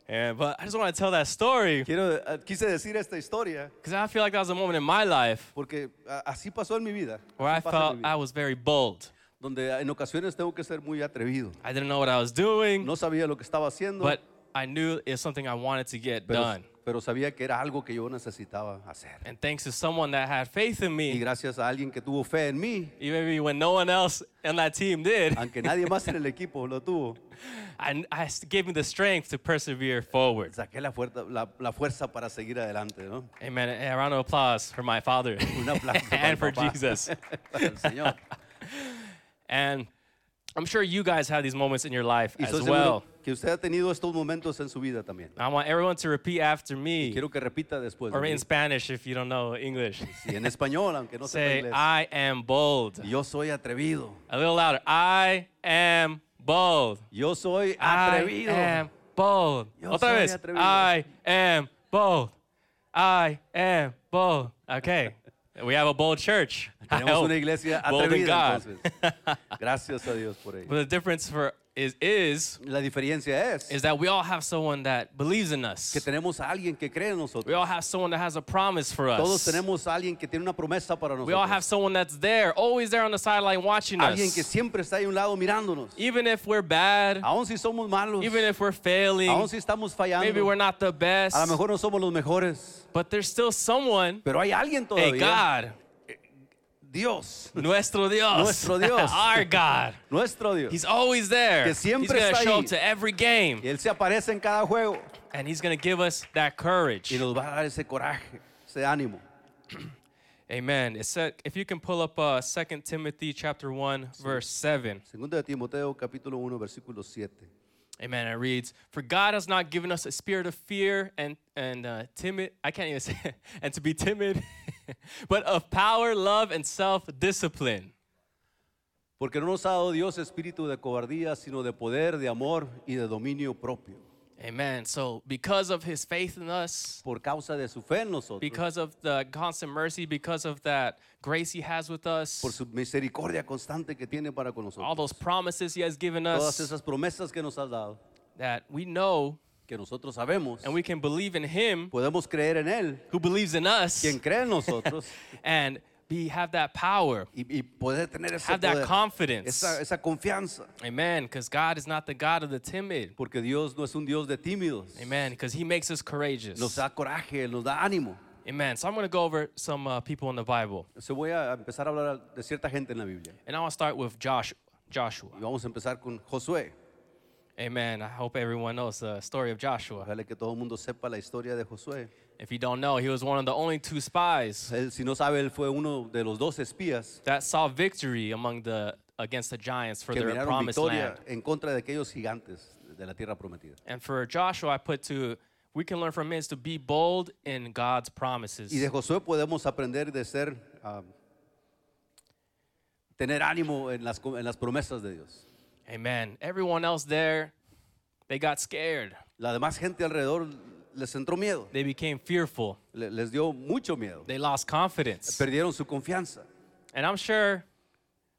S5: Yeah, but I just want to tell that story
S10: Quiero, eh, quise decir esta historia
S5: because I feel like that was a moment in my life
S10: porque ah, así pasó en mi vida.
S5: where
S10: Así
S5: I
S10: pasa en
S5: felt
S10: mi vida.
S5: I was very bold.
S10: donde en ocasiones tengo que ser muy atrevido.
S5: I didn't know what I was doing,
S10: No sabía lo que estaba haciendo,
S5: but I knew it's something I wanted to get
S10: pero,
S5: done.
S10: pero sabía que era algo que yo necesitaba hacer.
S5: And thanks to someone that had faith in
S10: Y
S5: me,
S10: gracias a alguien que tuvo fe en mí,
S5: even maybe when no one else on that team did,
S10: aunque nadie más en el equipo pues lo tuvo,
S5: I, I s- gave me the strength to persevere forward.
S10: saqué la fuerza, la, la fuerza para seguir adelante, ¿no?
S5: Amen. A round of applause for my father
S10: Un aplauso para el
S5: and for
S10: papá,
S5: Jesus.
S10: para el Señor.
S5: And I'm sure you guys have these moments in your life
S10: Y soy
S5: as
S10: seguro
S5: well.
S10: que usted ha tenido estos momentos en su vida también.
S5: I want everyone to repeat after me,
S10: Quiero que repita después. de
S5: or
S10: mí.
S5: in Spanish if you don't know English.
S10: Sí, en español, aunque no sepa
S5: Say,
S10: inglés.
S5: I am bold.
S10: Yo soy atrevido.
S5: A little louder. I am bold.
S10: Yo soy
S5: I am
S10: atrevido.
S5: bold.
S10: Yo
S5: Otra
S10: soy
S5: vez.
S10: atrevido.
S5: I am bold. I am bold. Okay. we have a bold church. I
S10: Tenemos
S5: hope.
S10: una iglesia
S5: bold in
S10: atrevida.
S5: God.
S10: Entonces. Gracias a Dios por ello.
S5: But the difference for is is
S10: La diferencia es,
S5: is that we all have someone that believes in
S10: que
S5: us.
S10: tenemos a alguien que cree en
S5: We
S10: nosotros.
S5: all have someone that has a promise for us.
S10: Todos tenemos a alguien que tiene una promesa para
S5: we all have
S10: nosotros.
S5: someone that's there, always there on the sideline watching
S10: Alguien que
S5: us.
S10: siempre está ahí a un lado mirándonos.
S5: Even if we're bad,
S10: Aún si somos malos,
S5: even if we're failing,
S10: aún si estamos
S5: maybe we're
S10: fallando,
S5: not the best,
S10: a lo mejor no somos los mejores,
S5: but there's still someone.
S10: pero hay alguien
S5: Hey,
S10: todavía.
S5: God,
S10: Dios,
S5: nuestro Dios,
S10: Nuestro Dios.
S5: our God.
S10: nuestro Dios.
S5: He's always there.
S10: Que
S5: He's
S10: siempre
S5: gonna
S10: está
S5: show
S10: ahí.
S5: up to every game,
S10: Él se aparece en cada juego
S5: and he's gonna give us that courage.
S10: y nos va a dar ese coraje, ese ánimo.
S5: Amen. It said, if you can pull up uh, 2 Timothy chapter 1, verse 7.
S10: Segundo de Timoteo capítulo 1 versículo 7.
S5: Amen. It reads, For God has not given us a spirit of fear and, and uh, timid, I can't even say, it, and to be timid, but of power, love, and self discipline.
S10: Porque no nos ha dado Dios espíritu de cobardía, sino de poder, de amor y de dominio propio.
S5: Amen. So, because of his faith in us,
S10: Por causa de su fe en nosotros,
S5: because of the constant mercy, because of that grace he has with us,
S10: por su misericordia constante que tiene para con
S5: all
S10: nosotros.
S5: those promises he has given
S10: Todas
S5: us,
S10: esas promesas que nos has dado,
S5: that we know
S10: que nosotros sabemos,
S5: and we can believe in him
S10: podemos creer en Él,
S5: who believes in us
S10: quien cree en nosotros,
S5: and be, have that power,
S10: y, y poder tener ese
S5: have that
S10: poder,
S5: confidence.
S10: esa, esa confianza.
S5: Amen. Because God is not the God of the timid.
S10: Porque Dios no es un Dios de tímidos.
S5: Amen. Because He makes us courageous.
S10: Nos da coraje, nos da ánimo.
S5: Amen. So I'm going to go over some uh, people in the Bible,
S10: Se voy a empezar a hablar de cierta gente en la Biblia.
S5: and I want to start with Josh, Joshua.
S10: Y vamos a empezar con Josué.
S5: Amen. I hope everyone knows the story of Joshua.
S10: Ojalá que todo el mundo sepa la historia de Josué.
S5: If you don't know, he was one of the only two spies
S10: Él, si no sabe, él fue uno de los dos espías
S5: that saw victory among the against the giants for
S10: que
S5: their
S10: miraron
S5: promised
S10: victoria
S5: land.
S10: en contra de aquellos gigantes de la tierra prometida.
S5: And for Joshua, I put to we can learn from him is to be bold in God's promises.
S10: Y de Josué podemos aprender de ser, ah, tener ánimo en las, co- en las promesas de Dios.
S5: Amen. Everyone else there, they got scared.
S10: La demás gente alrededor les entró miedo,
S5: They became fearful.
S10: le- les dio mucho miedo,
S5: They lost confidence.
S10: perdieron su confianza.
S5: And I'm sure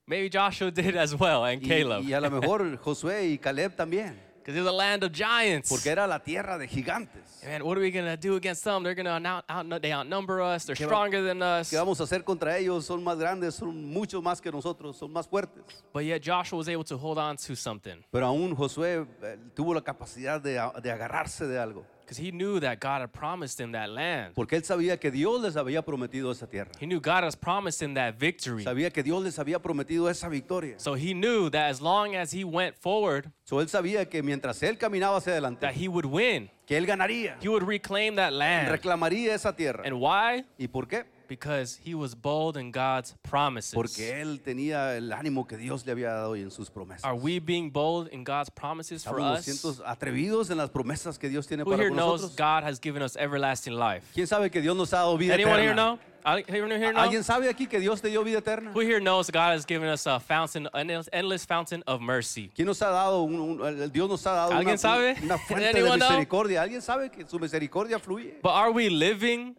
S5: maybe Joshua did as well, and
S10: Y,
S5: Caleb.
S10: y a lo mejor Josué y Caleb también,
S5: Because it's a land of giants.
S10: porque era la tierra de gigantes.
S5: Man, what are we going to do against them? They're going to out, out, they outnumber us. They're
S10: ¿Qué va-
S5: stronger than us.
S10: ¿Qué vamos a hacer contra ellos? Son más grandes, son mucho más que nosotros, son más fuertes.
S5: But yet Joshua was able to hold on to something.
S10: Pero aún Josué eh, tuvo la capacidad de, a- de ah, agarrarse de algo.
S5: because he knew that God had promised him that land.
S10: Porque él sabía que Dios les había prometido esa tierra.
S5: He knew God has promised him that victory.
S10: Sabía que Dios les había prometido esa victoria.
S5: So he knew that as long as he went forward,
S10: So, él sabía que mientras él caminaba hacia
S5: that
S10: adelante,
S5: he would win.
S10: que él ganaría,
S5: He would reclaim that land.
S10: reclamaría esa tierra.
S5: And why?
S10: ¿Y por qué?
S5: Because he was bold in God's promises.
S10: Porque él tenía el ánimo que Dios le había dado y en sus promesas.
S5: Are we being bold in God's promises for
S10: Estamos
S5: us?
S10: siendo atrevidos en las promesas que Dios tiene
S5: Who
S10: para
S5: here
S10: con
S5: knows
S10: nosotros.
S5: God has given us everlasting life?
S10: ¿Quién sabe que Dios nos ha dado vida
S5: Anyone here
S10: eterna?
S5: know? I- Anyone here know?
S10: ¿Alguien sabe aquí que Dios te dio vida eterna?
S5: Who here knows God has given us a fountain, an endless- endless fountain of mercy?
S10: ¿Quién nos ha dado un, un- el Dios nos ha dado una,
S5: ¿Alguien sabe?
S10: una fuente de
S5: Anyone know?
S10: misericordia? ¿Alguien sabe que su misericordia fluye?
S5: But are we living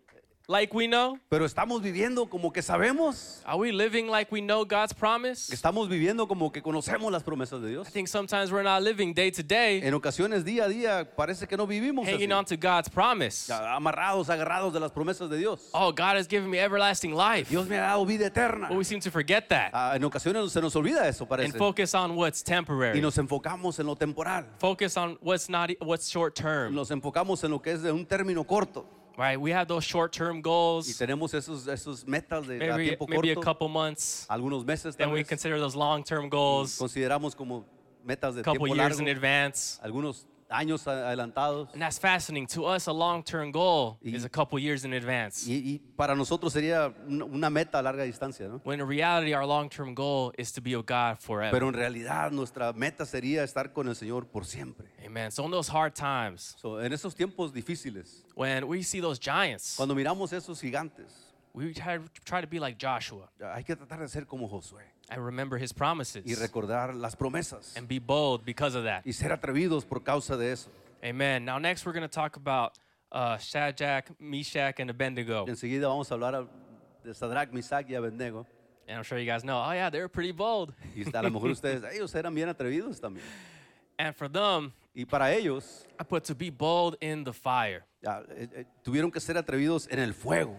S5: like we know?
S10: Pero estamos viviendo como que sabemos,
S5: Are we living like we know God's promise?
S10: que estamos viviendo como que conocemos las promesas de Dios.
S5: I think sometimes we're not living day to day,
S10: En ocasiones día a día parece que no vivimos así,
S5: hanging on to God's promise.
S10: amarrados, agarrados de las promesas de Dios.
S5: Oh, God has given me everlasting life.
S10: Dios me ha dado vida eterna.
S5: But we seem to forget that
S10: Ah, en ocasiones se nos olvida eso,
S5: and
S10: parece.
S5: focus on what's
S10: Y
S5: temporary.
S10: nos enfocamos en lo temporal.
S5: Focus on what's not e, what's short term.
S10: Nos enfocamos en lo que es de un término corto.
S5: Right? We have those short term
S10: Y
S5: goals,
S10: tenemos esos, esos metas de a
S5: maybe
S10: tiempo
S5: maybe a
S10: corto,
S5: couple months.
S10: algunos meses tal
S5: Then we
S10: vez.
S5: consider those long term goals,
S10: consideramos como metas de
S5: a couple
S10: tiempo
S5: years in
S10: largo,
S5: advance.
S10: algunos años a- adelantados.
S5: And that's fascinating. To us, a long term goal
S10: Y-
S5: is a couple years in advance.
S10: Y, y para nosotros sería un- una meta a larga distancia, ¿no?
S5: When in reality, our long term goal is to be with God
S10: Pero
S5: forever.
S10: en realidad nuestra meta sería estar con el Señor por siempre.
S5: Amen. So, in those hard times,
S10: So, en esos tiempos difíciles,
S5: when we see those giants,
S10: cuando miramos esos gigantes,
S5: we try, try to be like Joshua
S10: hay que tratar de ser como Josué
S5: and remember his
S10: y
S5: promises
S10: recordar las promesas
S5: and be bold because of that.
S10: y ser atrevidos por causa de eso.
S5: Amen. Now, next, we're going to talk about uh, Shadrach, Meshach, and Abednego.
S10: Enseguida vamos a hablar a- de Sadrach, Misach y Abednego.
S5: And I'm sure you guys know, oh, yeah, they were pretty bold.
S10: Y a lo mejor ustedes, ellos eran bien atrevidos también.
S5: And for them,
S10: Y para ellos,
S5: I put to be bold in the fire.
S10: ya, eh, eh, tuvieron que ser atrevidos en el fuego.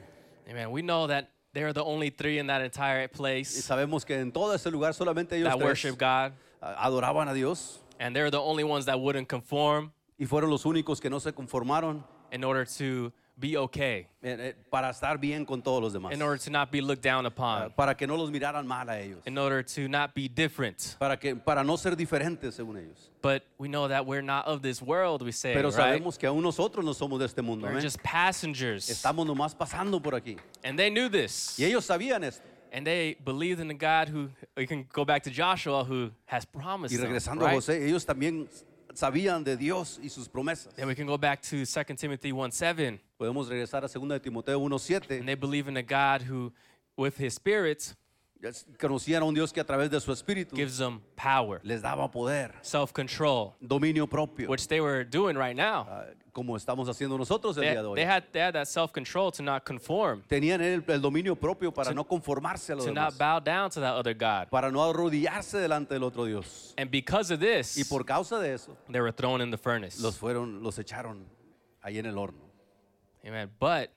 S5: Amen. We know that they're the only three in that entire
S10: Y
S5: place
S10: sabemos que en todo ese lugar solamente ellos
S5: that
S10: tres,
S5: worship God,
S10: a- adoraban a Dios
S5: and they're the only ones that wouldn't conform
S10: y fueron los únicos que no se conformaron
S5: in order to be okay,
S10: eh, eh, para estar bien con todos los demás.
S5: in order to not be looked down
S10: Ah,
S5: upon,
S10: para que no los miraran mal a ellos.
S5: in order to not be different.
S10: Para, que, para no ser diferentes según ellos.
S5: But we know that we're not of this world, we say,
S10: Pero
S5: right?
S10: sabemos que aún nosotros no somos de este mundo.
S5: We're
S10: amén.
S5: just passengers.
S10: Estamos nomás pasando por aquí.
S5: And they knew this.
S10: Y ellos sabían esto.
S5: And they believed in the God who, we can go back to Joshua, who has promised
S10: Y
S5: them,
S10: regresando a
S5: right?
S10: José, ellos también sabían de Dios y sus promesas.
S5: Then we can go back to 2 Timothy 1 7.
S10: Podemos regresar a 2 de Timoteo
S5: And
S10: 1.7.
S5: they believe in a God who, with his spirit,
S10: Conocían a un Dios que a través de su espíritu
S5: gives them power,
S10: les daba poder,
S5: self control,
S10: dominio propio,
S5: which they were doing right now.
S10: ah, como estamos haciendo nosotros el
S5: They,
S10: día de hoy.
S5: they had, they had that self control to not conform,
S10: Tenían el, el dominio propio para no conformarse a lo
S5: to
S10: demás,
S5: not bow down to that other God.
S10: para no arrodillarse delante del otro Dios.
S5: And because of this,
S10: Y por causa de eso,
S5: they were thrown in the furnace.
S10: los fueron, los echaron ahí en el horno.
S5: Amen. But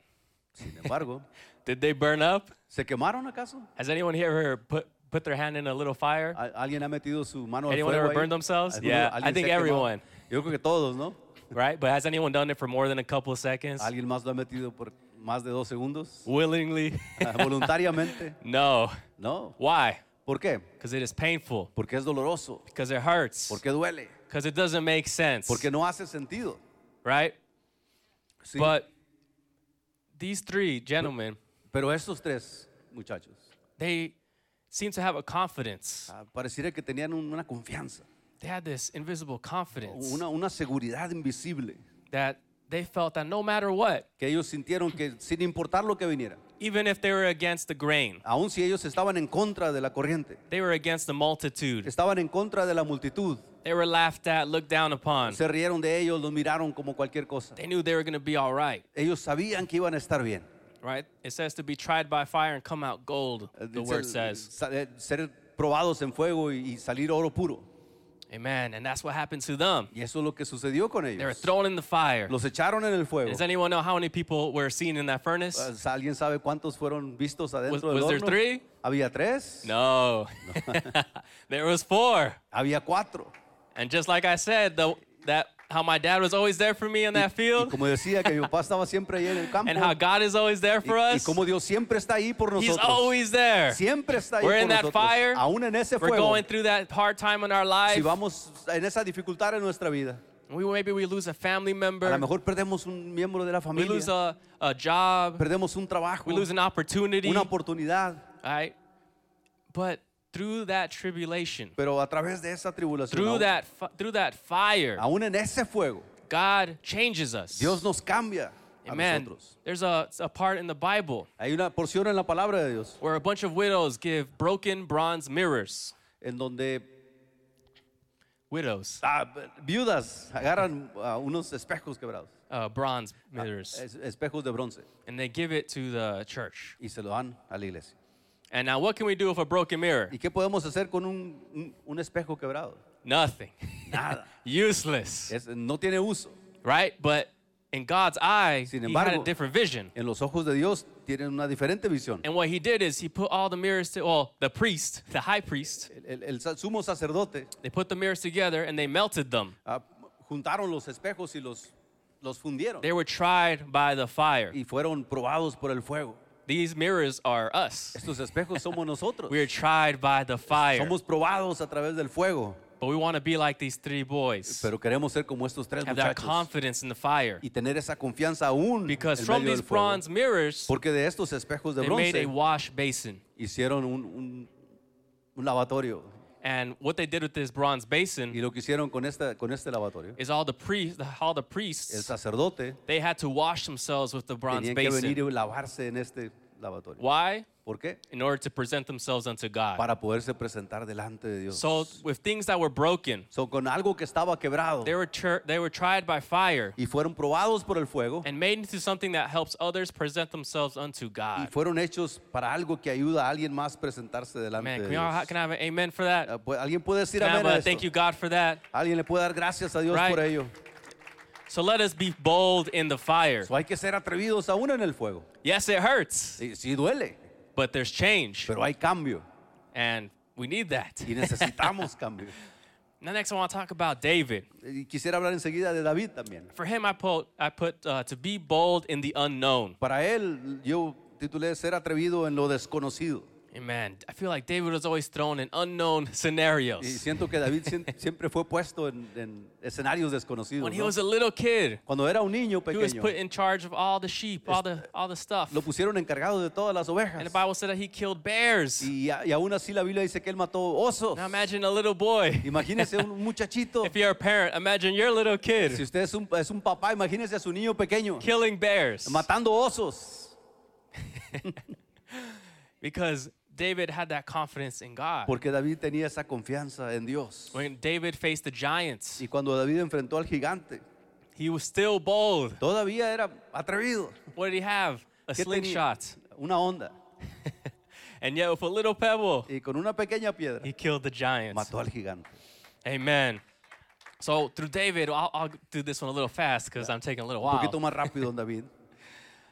S10: Sin embargo,
S5: did they burn up?
S10: ¿se quemaron acaso?
S5: Has anyone here ever put, put their hand in a little fire?
S10: ¿Al- ¿Alguien ha metido su mano al
S5: Anyone
S10: Ah, fuego
S5: ever
S10: ahí?
S5: burned themselves?
S10: ¿Alguno-
S5: Yeah,
S10: alguien
S5: I think
S10: se ha quemado?
S5: everyone.
S10: Yo creo que todos, ¿no?
S5: right? But has anyone done it for more than a couple of seconds?
S10: ¿Alguien más lo ha metido por más Ah, de dos segundos?
S5: Willingly?
S10: ¿Voluntariamente?
S5: no.
S10: No.
S5: Why?
S10: ¿Por qué?
S5: Because it is painful.
S10: Porque es doloroso,
S5: Because it hurts.
S10: porque duele,
S5: Because it doesn't make sense.
S10: porque no hace sentido.
S5: right?
S10: Sí,
S5: But these three gentlemen,
S10: pero estos tres muchachos,
S5: they seem to have a confidence.
S6: Uh,
S10: ah, pareciera que tenían un- una confianza,
S5: They had this invisible confidence
S10: una, una seguridad invisible,
S5: that they felt that no matter what,
S10: que ellos sintieron que sin importar lo que viniera,
S5: even if they were against the grain,
S10: aun si ellos estaban en contra de la corriente,
S5: they were against the multitude.
S10: estaban en contra de la multitud,
S5: They were laughed at, looked down upon.
S10: se rieron de ellos, los miraron como cualquier cosa.
S5: They knew they were going to be all right,
S10: Ellos sabían que iban a estar bien.
S5: right? It says to be tried by fire and come out gold,
S10: Eh,
S5: the
S10: dice
S5: word
S10: el-
S5: says.
S10: sa- eh, ser probados en fuego y, y salir oro puro.
S5: Amen. And that's what happened to them.
S10: Y eso es lo que sucedió con
S5: They were
S10: ellos.
S5: thrown in the fire.
S10: Los echaron en el fuego.
S5: Does anyone know how many people were seen in that furnace?
S10: Ah, ¿Alguien sabe cuántos fueron vistos adentro
S5: Was-
S10: del
S5: was there
S10: horno?
S5: three?
S10: Había tres,
S5: No. there was four.
S10: había cuatro.
S5: And just like I said, the, that how my dad was always there for me in that
S10: Y
S5: field,
S10: como decía que mi papá estaba siempre ahí en el campo.
S5: and how God is always there for
S10: Y, y
S5: us.
S10: como Dios siempre está ahí por
S5: He's
S10: nosotros.
S5: always there.
S10: Siempre está ahí
S5: We're
S10: por
S5: in that
S10: nosotros.
S5: fire.
S10: Aún en ese
S5: We're
S10: fuego.
S5: going through that hard time in our
S10: Si
S5: life.
S10: vamos en esa dificultad en nuestra vida.
S5: We maybe we lose a family
S10: A lo
S5: member.
S10: mejor perdemos un miembro de la
S5: We lose
S10: familia.
S5: a, a job.
S10: Perdemos un trabajo.
S5: We lose an opportunity.
S10: Una
S5: All
S10: oportunidad.
S5: right. But through that tribulation,
S10: Pero a través de esa tribulación.
S5: through
S10: aún-
S5: that fi- through that fire,
S10: Aún en ese fuego.
S5: God changes us.
S10: Dios nos cambia a
S5: Amen.
S10: nosotros.
S5: There's a, a part in the Bible
S10: Hay una porción en la palabra de Dios
S5: where a bunch of widows give broken bronze mirrors.
S10: en donde
S5: Widows,
S10: ah, viudas agarran ah, unos espejos quebrados,
S5: uh, bronze
S10: ah,
S5: mirrors,
S10: es- espejos de bronce,
S5: and they give it to the church.
S10: y se lo dan a la iglesia.
S5: And now, what can we do with a broken mirror?
S10: ¿Y qué podemos hacer con un, un- un espejo quebrado?
S5: Nothing.
S10: Nada.
S5: Useless.
S10: Es- no tiene uso.
S5: right? But in God's eye,
S10: Sin
S5: he had
S10: embargo-
S5: a different vision.
S10: En los ojos de Dios tienen una diferente visión.
S5: And what he did is he put all the mirrors to well, the priest, the high priest,
S10: El, el- el sa- sumo sacerdote
S5: they put the mirrors together and they melted them.
S10: ah, juntaron los espejos y los, los fundieron
S5: They were tried by the fire.
S10: y fueron probados por el fuego.
S5: These mirrors are us.
S10: Estos espejos somos nosotros.
S5: We are tried by the fire.
S10: Somos probados a través del fuego,
S5: But we want to be like these three boys.
S10: pero queremos ser como estos tres
S5: Have that
S10: muchachos.
S5: confidence in the fire.
S10: y tener esa confianza aún
S5: Because
S10: en
S5: from
S10: medio
S5: these
S10: del fuego.
S5: bronze mirrors,
S10: Porque de estos espejos de
S5: they made a
S10: bronce
S5: wash basin.
S10: hicieron un, un- un lavatorio.
S5: And what they did with this bronze
S10: Y
S5: basin
S10: lo que hicieron con, esta, con este lavatorio,
S5: is all the priests, all the
S10: el
S5: priests,
S10: sacerdote
S5: they had to wash themselves with the bronze
S10: tenía que venir
S5: basin.
S10: y lavarse en este lavatorio.
S5: Why?
S10: ¿Por qué?
S5: In order to present themselves unto God.
S10: Para poderse presentar delante de Dios.
S5: So with things that were broken,
S10: So, con algo que estaba quebrado
S5: they were tur- they were tried by fire
S10: y fueron probados por el fuego
S5: and made into something that helps others present themselves unto
S10: y
S5: God.
S10: fueron hechos para algo que ayuda a alguien más presentarse delante
S5: Man,
S10: de
S5: can, we all ha-
S10: Dios.
S5: can I have an amen for that?
S10: Ah, pues, ¿Alguien puede decir
S5: Can I
S10: amén
S5: have
S10: a
S5: a
S10: esto?
S5: thank you God for that?
S10: Alguien le puede dar gracias a Dios
S5: Right.
S10: por ello.
S5: So let us be bold in the fire.
S10: So, hay que ser atrevidos aún en el fuego.
S5: Yes, it hurts,
S10: Sí, sí duele,
S5: but there's change,
S10: pero hay cambio
S5: and we need that.
S10: y necesitamos cambio.
S5: Now, next I want to talk about David.
S10: Y quisiera hablar enseguida de David también.
S5: For him, I put I put uh, to be bold in the unknown.
S10: Para él, yo titulé Ser atrevido en lo desconocido.
S5: Amen. I feel like David was always thrown in unknown
S10: Y
S5: scenarios.
S10: siento que David sien- siempre fue puesto en, en escenarios desconocidos.
S5: When he
S10: ¿no?
S5: was a little kid,
S10: Cuando era un niño
S5: he was
S10: pequeño,
S5: put in charge of all the sheep, all the all the stuff.
S10: lo pusieron encargado de todas las
S5: And
S10: ovejas.
S5: the Bible said that he killed bears.
S10: Y, a- y aún así la Biblia dice que él mató osos.
S5: Now imagine a little boy.
S10: Imagínese un muchachito.
S5: If you're a parent, imagine your little
S10: Si
S5: kid
S10: usted es un, es un papá, imagínese a su niño pequeño
S5: killing bears.
S10: matando osos.
S5: Because David had that confidence in God.
S10: Porque David tenía esa confianza en Dios.
S5: When David faced the giants,
S10: Y cuando David enfrentó al gigante,
S5: he was still bold.
S10: todavía era atrevido.
S5: What did he have? A
S10: ¿Qué tenía?
S5: slingshot.
S10: Una onda.
S5: And yet with a little pebble,
S10: Y con una pequeña piedra
S5: he killed the giants.
S10: mató al gigante.
S5: Amen. So through David, I'll, I'll do this one a little fast because I'm taking a little
S10: Un poquito
S5: while.
S10: más rápido, David.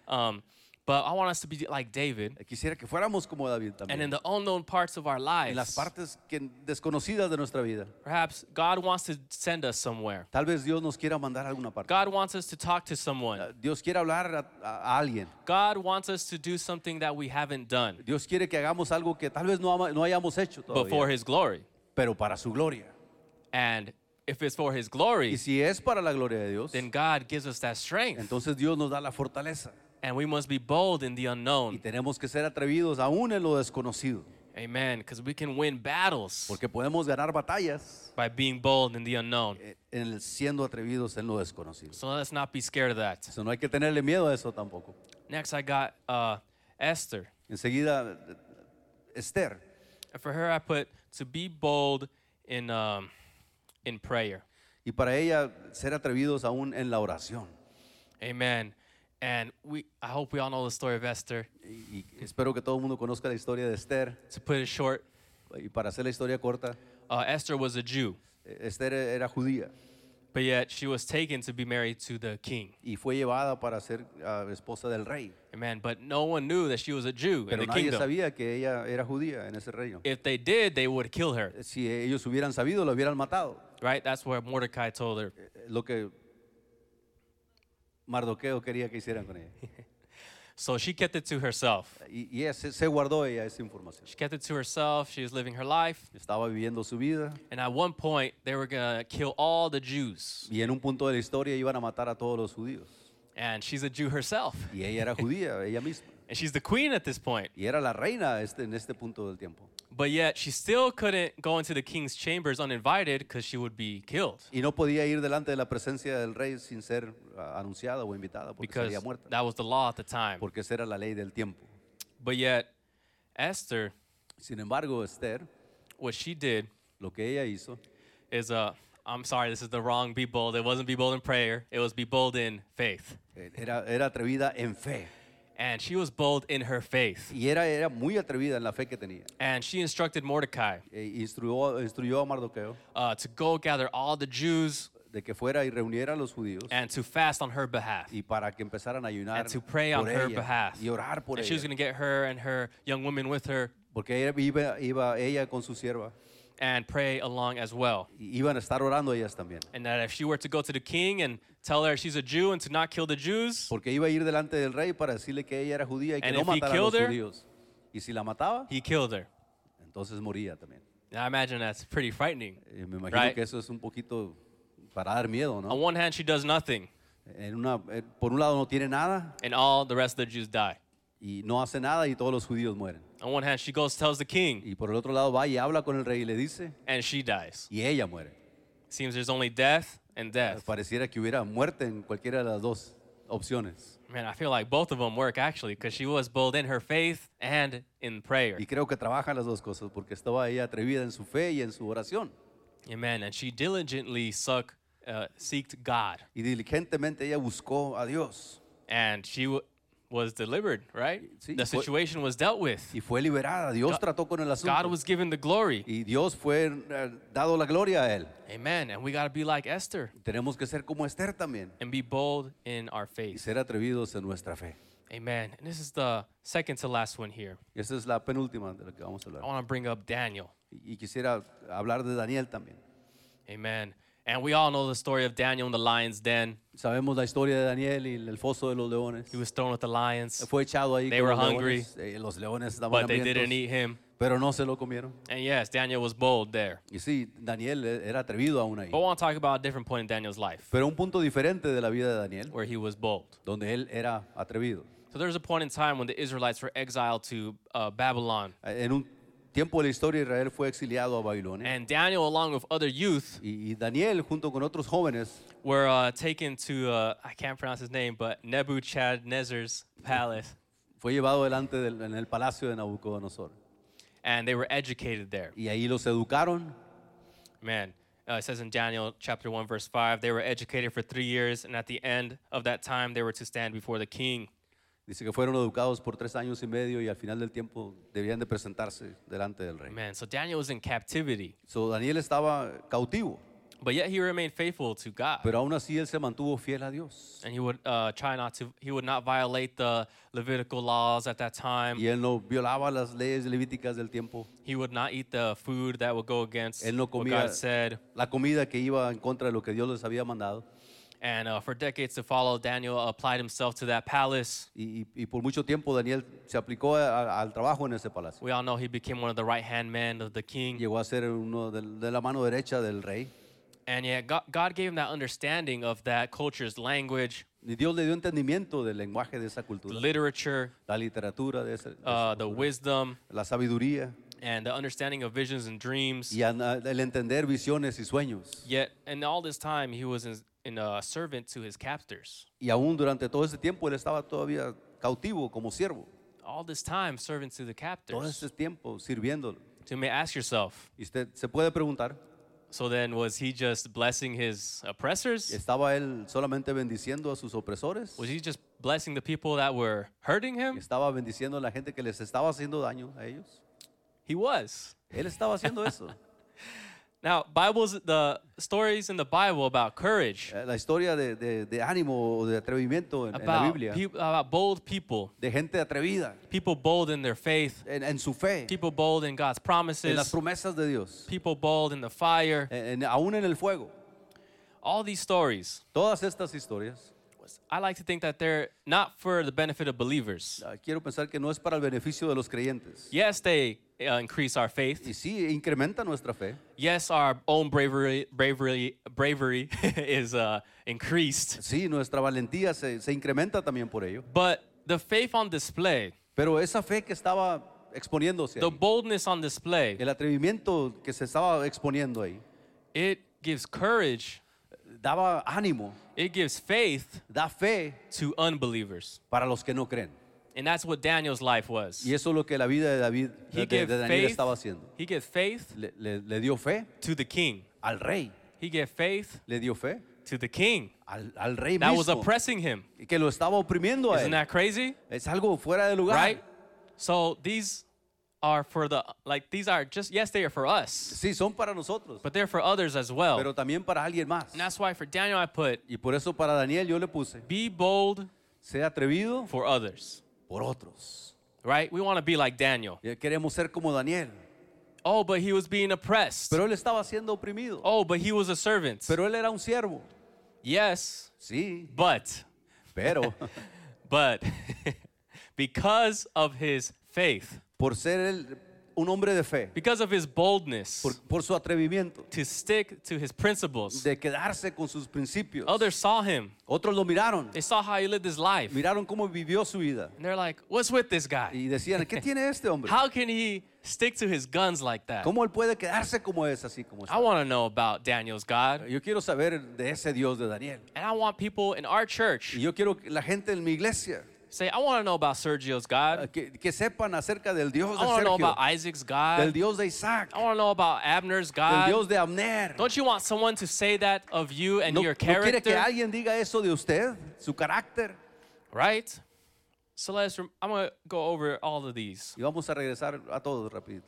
S5: Um, but I want us to be like David,
S10: Quisiera que fuéramos como David
S5: and in
S10: también.
S5: the unknown parts of our
S10: En
S5: lives,
S10: las partes que, desconocidas de nuestra vida.
S5: perhaps God wants to send us somewhere.
S10: Tal vez Dios nos quiera mandar a alguna parte. Uh,
S5: God wants us to talk to someone.
S10: Dios quiere hablar a, a- a alguien.
S5: God wants us to do something that we haven't done,
S10: Dios quiere que hagamos algo que tal vez no, ama- no hayamos hecho
S5: but for
S10: todavía.
S5: His glory.
S10: Pero para su gloria.
S5: And if it's for His
S10: Y
S5: glory,
S10: si es para la gloria de Dios,
S5: then God gives us that strength,
S10: entonces Dios nos da la fortaleza.
S5: and we must be bold in the
S10: Y
S5: unknown.
S10: tenemos que ser atrevidos aún en lo desconocido.
S5: Amen. Because we can win battles
S10: Porque podemos ganar batallas
S5: by being bold in the unknown.
S10: eh, en el- siendo atrevidos en lo desconocido.
S5: So let's not be scared of that.
S10: Eso no hay que tenerle miedo a eso tampoco.
S5: Next, I got uh, Esther.
S10: Enseguida, eh, Esther.
S5: And for her, I put to be bold in, um, in prayer.
S10: Y para ella, ser atrevidos aún en la oración.
S5: Amen. And we, I hope we all know the story of Esther.
S10: Y, y espero que todo el mundo conozca la historia de Esther.
S5: To put it short,
S10: Y para hacer la historia corta,
S5: uh, Esther was a Jew,
S10: eh, Esther era judía.
S5: But yet she was taken to be married to the king.
S10: y fue llevada para ser ah, esposa del rey.
S5: Amen. But no one knew that she was a Jew in
S10: Pero
S5: the
S10: nadie
S5: kingdom.
S10: sabía que ella era judía Eh, en ese reino.
S5: If they did, they would kill her.
S10: Si ellos hubieran sabido, la hubieran matado.
S5: Right? That's where Mordecai told her.
S10: Eh, Lo que Mardoqueo quería que hicieran con ella.
S5: So she kept it to herself.
S10: Y, y ella se, se guardó ella esa información.
S5: She kept it to herself. She was living her life.
S10: Estaba viviendo su vida
S5: And at one point, they were going to kill all the Jews.
S10: y en un punto de la historia iban a matar a todos los judíos.
S5: And she's a Jew herself.
S10: Y ella era judía, ella misma.
S5: And she's the queen at this point.
S10: Y era la reina este, en este punto del tiempo.
S5: But yet, she still couldn't go into the king's chambers uninvited because she would be killed.
S10: Y no podía ir delante de la presencia del rey sin ser ah, anunciada o invitada porque
S5: Because
S10: sería muerta.
S5: that was the law at the time.
S10: Porque esa era la ley del tiempo.
S5: But yet, Esther,
S10: Sin embargo, Esther,
S5: what she did
S10: lo que ella hizo,
S5: is, uh, I'm sorry, this is the wrong be bold. It wasn't be bold in prayer, it was be bold in faith.
S10: eh, era, era atrevida en fe.
S5: And she was bold in her faith.
S10: Y era, era muy atrevida en la fe que tenía.
S5: And she instructed Mordecai
S10: E instruyó, instruyó a Mardoqueo
S5: uh, to go gather all the Jews
S10: de que fuera y reuniera a los judíos
S5: and to fast on her behalf
S10: y para que empezaran a ayunar
S5: and to pray on
S10: por
S5: her
S10: ella
S5: behalf.
S10: y orar por
S5: and she was
S10: ella.
S5: going to get her and her young women with her
S10: Porque ella iba, iba ella con su sierva
S5: and pray along as well.
S10: y iban a estar orando ellas también.
S5: And that if she were to go to the king and tell her she's a Jew and to not kill the Jews,
S10: Porque iba a ir delante del rey para decirle que ella era judía y que
S5: And
S10: no
S5: if he
S10: matara a los
S5: killed her-
S10: judíos. Y si la mataba,
S5: he killed her.
S10: entonces moría también.
S5: Now I imagine that's pretty frightening.
S10: Eh, me imagino
S5: Right.
S10: que eso es un poquito para dar miedo,
S5: On
S10: ¿no?
S5: one hand, she does nothing,
S10: En una, eh, por un lado no tiene nada
S5: and all the rest of the Jews die.
S10: y no hace nada y todos los judíos mueren.
S5: On one hand, she goes tells the king,
S10: Y por el otro lado va y habla con el rey y le dice
S5: and she dies.
S10: y ella muere. Pues
S5: Seems there's only death
S10: Uh,
S5: and death.
S10: Pareciera que hubiera muerte en cualquiera de las dos opciones.
S5: Man, I feel like both of them work actually, because she was bold in her faith and in prayer.
S10: Y creo que trabajan las dos cosas porque estaba ella atrevida en su fe y en su oración.
S5: Amen. And she diligently suck, uh, seeked God,
S10: Y diligentemente ella buscó a Dios
S5: and she w- was delivered. Right?
S10: Sí,
S5: the
S10: fue-
S5: situation was dealt with.
S10: y fue liberada. Dios
S5: God-
S10: trató con el
S5: God
S10: asunto.
S5: was given the glory.
S10: Y Dios fue eh, dado la gloria a él.
S5: Amen. And we gotta be like Esther
S10: Tenemos que ser como Esther también
S5: and be bold in our
S10: y
S5: faith.
S10: ser atrevidos en nuestra fe.
S5: Amen. And this is the second to last one here.
S10: Y esa es la penúltima de la que vamos a
S5: I
S10: hablar.
S5: want to bring up Daniel.
S10: Y y quisiera hablar de Daniel también.
S5: Amen. And we all know the story of Daniel in the lion's den.
S10: Sabemos la historia de Daniel y el foso de los leones.
S5: He was thrown with the lions,
S10: Fue echado ahí
S5: They
S10: con
S5: were
S10: los
S5: hungry,
S10: leones. Eh, los leones estaban
S5: but they didn't
S10: hambrientos,
S5: eat him.
S10: pero no se lo comieron.
S5: And yes, Daniel was bold there.
S10: Y sí, Daniel eh, era atrevido aún ahí.
S5: But I want to talk about a different point in Daniel's life
S10: Pero un punto diferente de la vida de Daniel,
S5: where he was bold.
S10: donde él era atrevido.
S5: So there's a point in time when the Israelites were exiled to uh, Babylon.
S10: Eh, En un tiempo de la historia Israel fue exiliado a Babilonia.
S5: And Daniel, along with other youth,
S10: Y, y Daniel junto con otros jóvenes
S5: were uh, taken to, uh, I can't pronounce his name, but Nebuchadnezzar's palace.
S10: fue llevado delante del- en el palacio de Nabucodonosor.
S5: And they were educated there.
S10: Y ahí los educaron.
S5: Man, uh, it says in Daniel chapter 1, verse 5, they were educated for three years. And at the end of that time, they were to stand before the king.
S10: Dice que fueron educados por tres años y medio y al final del tiempo debían de presentarse delante del rey.
S5: Man, so Daniel was in captivity,
S10: So, Daniel estaba cautivo,
S5: but yet he remained faithful to God.
S10: pero aún así él se mantuvo fiel a Dios.
S5: and he would uh, try not to he would not violate the levitical laws at that time
S10: Y él no violaba las leyes levíticas del tiempo,
S5: he would not eat the food that would go against
S10: Él no
S5: what
S10: comía-
S5: god said
S10: la comida que iba en contra de lo que Dios les había mandado.
S5: and uh, for decades to follow daniel applied himself to that palace
S10: Y, y- y por mucho tiempo Daniel se aplicó a- a- al trabajo en ese palacio.
S5: we all know he became one of the right hand men of the king
S10: Llegó a ser uno de, de la mano derecha del rey.
S5: and yet god, god gave him that understanding of that culture's language
S10: Y Dios le dio entendimiento del lenguaje de esa
S5: the
S10: cultura,
S5: literature
S10: la literatura de, ese- de
S5: uh,
S10: esa
S5: the
S10: cultura,
S5: wisdom
S10: la sabiduría
S5: and the understanding of visions and dreams
S10: y ana- el entender visiones y sueños.
S5: yet in all this time he was in, in a servant to his captors
S10: Y aún durante todo ese tiempo él estaba todavía cautivo como siervo.
S5: all this time servant to the captors
S10: Todo ese tiempo sirviéndolo.
S5: So you may ask yourself,
S10: Y usted se puede preguntar,
S5: so then was he just blessing his oppressors?
S10: ¿estaba él solamente bendiciendo a sus opresores?
S5: Was he just blessing the people that were hurting him?
S10: ¿Estaba bendiciendo a la gente que les estaba haciendo daño a ellos?
S5: He was.
S10: Él estaba haciendo eso.
S5: Now, Bibles, the stories in the Bible about courage,
S10: Eh, La historia de, de- de ánimo o de atrevimiento en, en la
S5: about,
S10: Biblia,
S5: peop- about bold people,
S10: de gente atrevida
S5: people bold in their faith,
S10: en, en su fe,
S5: people bold in God's
S10: Eh, en
S5: promises,
S10: las promesas Eh, de Dios,
S5: people bold in the fire.
S10: en- en- aún en el fuego.
S5: All these stories,
S10: Todas estas historias,
S5: I like to think that they're not for the benefit of believers.
S10: ah, quiero pensar que no es para el beneficio de los creyentes.
S5: Yes, they uh, increase our
S10: Y
S5: faith.
S10: sí, incrementa nuestra fe.
S5: Yes, our own bravery, bravery, bravery is uh, increased.
S10: Sí, nuestra valentía se, se incrementa también por ello.
S5: But the faith on display,
S10: Pero esa fe que estaba exponiéndose,
S5: the
S10: ahí,
S5: boldness on display,
S10: el atrevimiento que se estaba exponiendo ahí,
S5: it gives courage,
S10: daba ánimo,
S5: it gives faith
S10: da fe
S5: to unbelievers.
S10: para los que no creen.
S5: And that's what Daniel's life was.
S10: Y eso es lo que la vida de David,
S5: He
S10: de,
S5: gave
S10: de Daniel
S5: faith,
S10: estaba haciendo.
S5: he gave faith
S10: Le, le- le dio fe
S5: to the king.
S10: al rey,
S5: He gave faith
S10: le dio fe
S5: to the king
S10: al, al rey
S5: that was
S10: mismo,
S5: oppressing him.
S10: que lo estaba oprimiendo a
S5: Isn't
S10: él.
S5: that crazy?
S10: Es algo fuera de lugar.
S5: Right? So these are for the, like, these are just, yes, they are for us,
S10: Sí, son para nosotros,
S5: but they're for others as well.
S10: pero
S5: And
S10: también para alguien más.
S5: that's why for Daniel, I put,
S10: Y por eso para Daniel yo le puse,
S5: be bold
S10: sea atrevido
S5: for others,
S10: por otros.
S5: right? We want to be like Daniel.
S10: Ya Queremos ser como Daniel.
S5: Oh, but he was being oppressed.
S10: Pero él estaba siendo oprimido.
S5: Oh, but he was a servant.
S10: Pero él era un siervo.
S5: Yes,
S10: Sí,
S5: but,
S10: pero
S5: but, because of his faith,
S10: por ser él un hombre de fe,
S5: because of his boldness
S10: por, por su atrevimiento
S5: to stick to his principles,
S10: de quedarse con sus principios.
S5: others saw him.
S10: Otros lo miraron.
S5: They saw how he lived his life. And
S10: Miraron cómo vivió su vida.
S5: they're like, what's with this guy?
S10: Y decían, ¿qué tiene este hombre?
S5: How can he stick to his guns like that?
S10: ¿Cómo él puede quedarse como es, así como
S5: I
S10: está?
S5: want to know about Daniel's God.
S10: Yo quiero saber de ese Dios de Daniel.
S5: And I want people in our church
S10: Y yo quiero que la gente en mi iglesia
S5: say, I want to know about Sergio's
S10: eh,
S5: God.
S10: que, que sepan acerca del Dios
S5: I
S10: de
S5: want to know about
S10: Sergio,
S5: Isaac's
S10: del
S5: God.
S10: Dios de Isaac,
S5: I want to know about Abner's
S10: del
S5: God.
S10: Dios de Abner.
S5: Don't you want someone to say that of you and
S10: ¿No,
S5: your
S10: no quiere que
S5: character?
S10: alguien diga eso de usted, su carácter?
S5: right? So let's, rem- I'm going to go over all of these.
S10: Y vamos a regresar a todos rapidito.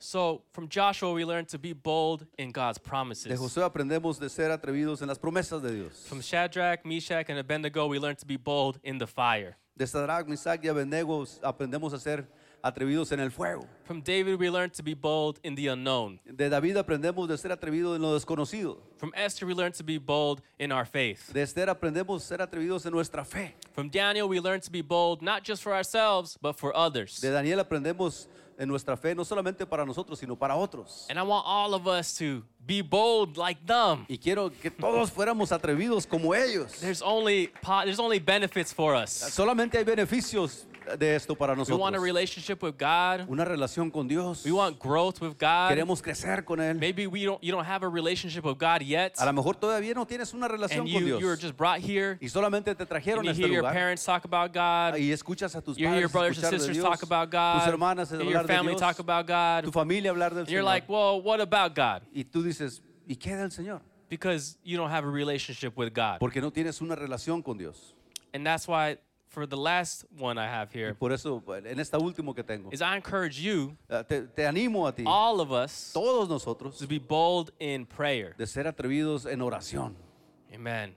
S5: So from Joshua, we learn to be bold in God's
S10: De
S5: promises.
S10: Josué aprendemos de ser atrevidos en las promesas de Dios.
S5: From Shadrach, Meshach, and Abednego, we learn to be bold in the fire.
S10: De Sadrach, Misac y Abednego aprendemos a ser atrevidos en el fuego.
S5: From David, we learn to be bold in the unknown.
S10: De David aprendemos de ser atrevidos en lo desconocido.
S5: From Esther, we learn to be bold in our faith.
S10: De Esther aprendemos a ser atrevidos en nuestra fe.
S5: From Daniel, we learn to be bold not just for ourselves, but for others.
S10: De Daniel aprendemos en nuestra fe no solamente para nosotros, sino para otros.
S5: And I want all of us to be bold like them.
S10: Y quiero que todos fuéramos atrevidos como ellos.
S5: There's only po- there's only benefits for us.
S10: Solamente hay beneficios de esto para
S5: We want a
S10: nosotros.
S5: relationship with God.
S10: Una relación con Dios.
S5: We want growth with God.
S10: Queremos crecer con Él.
S5: Maybe we don't you don't have a relationship with God yet,
S10: A lo mejor todavía no tienes una relación
S5: and
S10: con
S5: you you were
S10: Dios.
S5: just brought here.
S10: Y solamente te trajeron
S5: And you
S10: a este
S5: hear your
S10: lugar.
S5: parents talk about God.
S10: Y escuchas a tus
S5: You hear your brothers
S10: padres
S5: and
S10: escuchar de
S5: sisters
S10: Dios,
S5: talk about
S10: tus
S5: God.
S10: hermanas
S5: You hear your
S10: hablar de
S5: family
S10: Dios,
S5: talk about God.
S10: tu familia hablar del
S5: And you're
S10: Señor.
S5: like, well, what about God?
S10: y tú dices, ¿y qué del Señor?
S5: Because you don't have a relationship with God.
S10: Porque no tienes una relación con Dios.
S5: And that's why for the last one I have
S10: Y
S5: here
S10: por eso, en esta último que tengo,
S5: is I encourage you,
S10: eh, te, te animo a ti,
S5: all of us,
S10: todos nosotros,
S5: to be bold in prayer.
S10: de ser atrevidos en oración.
S5: Amen.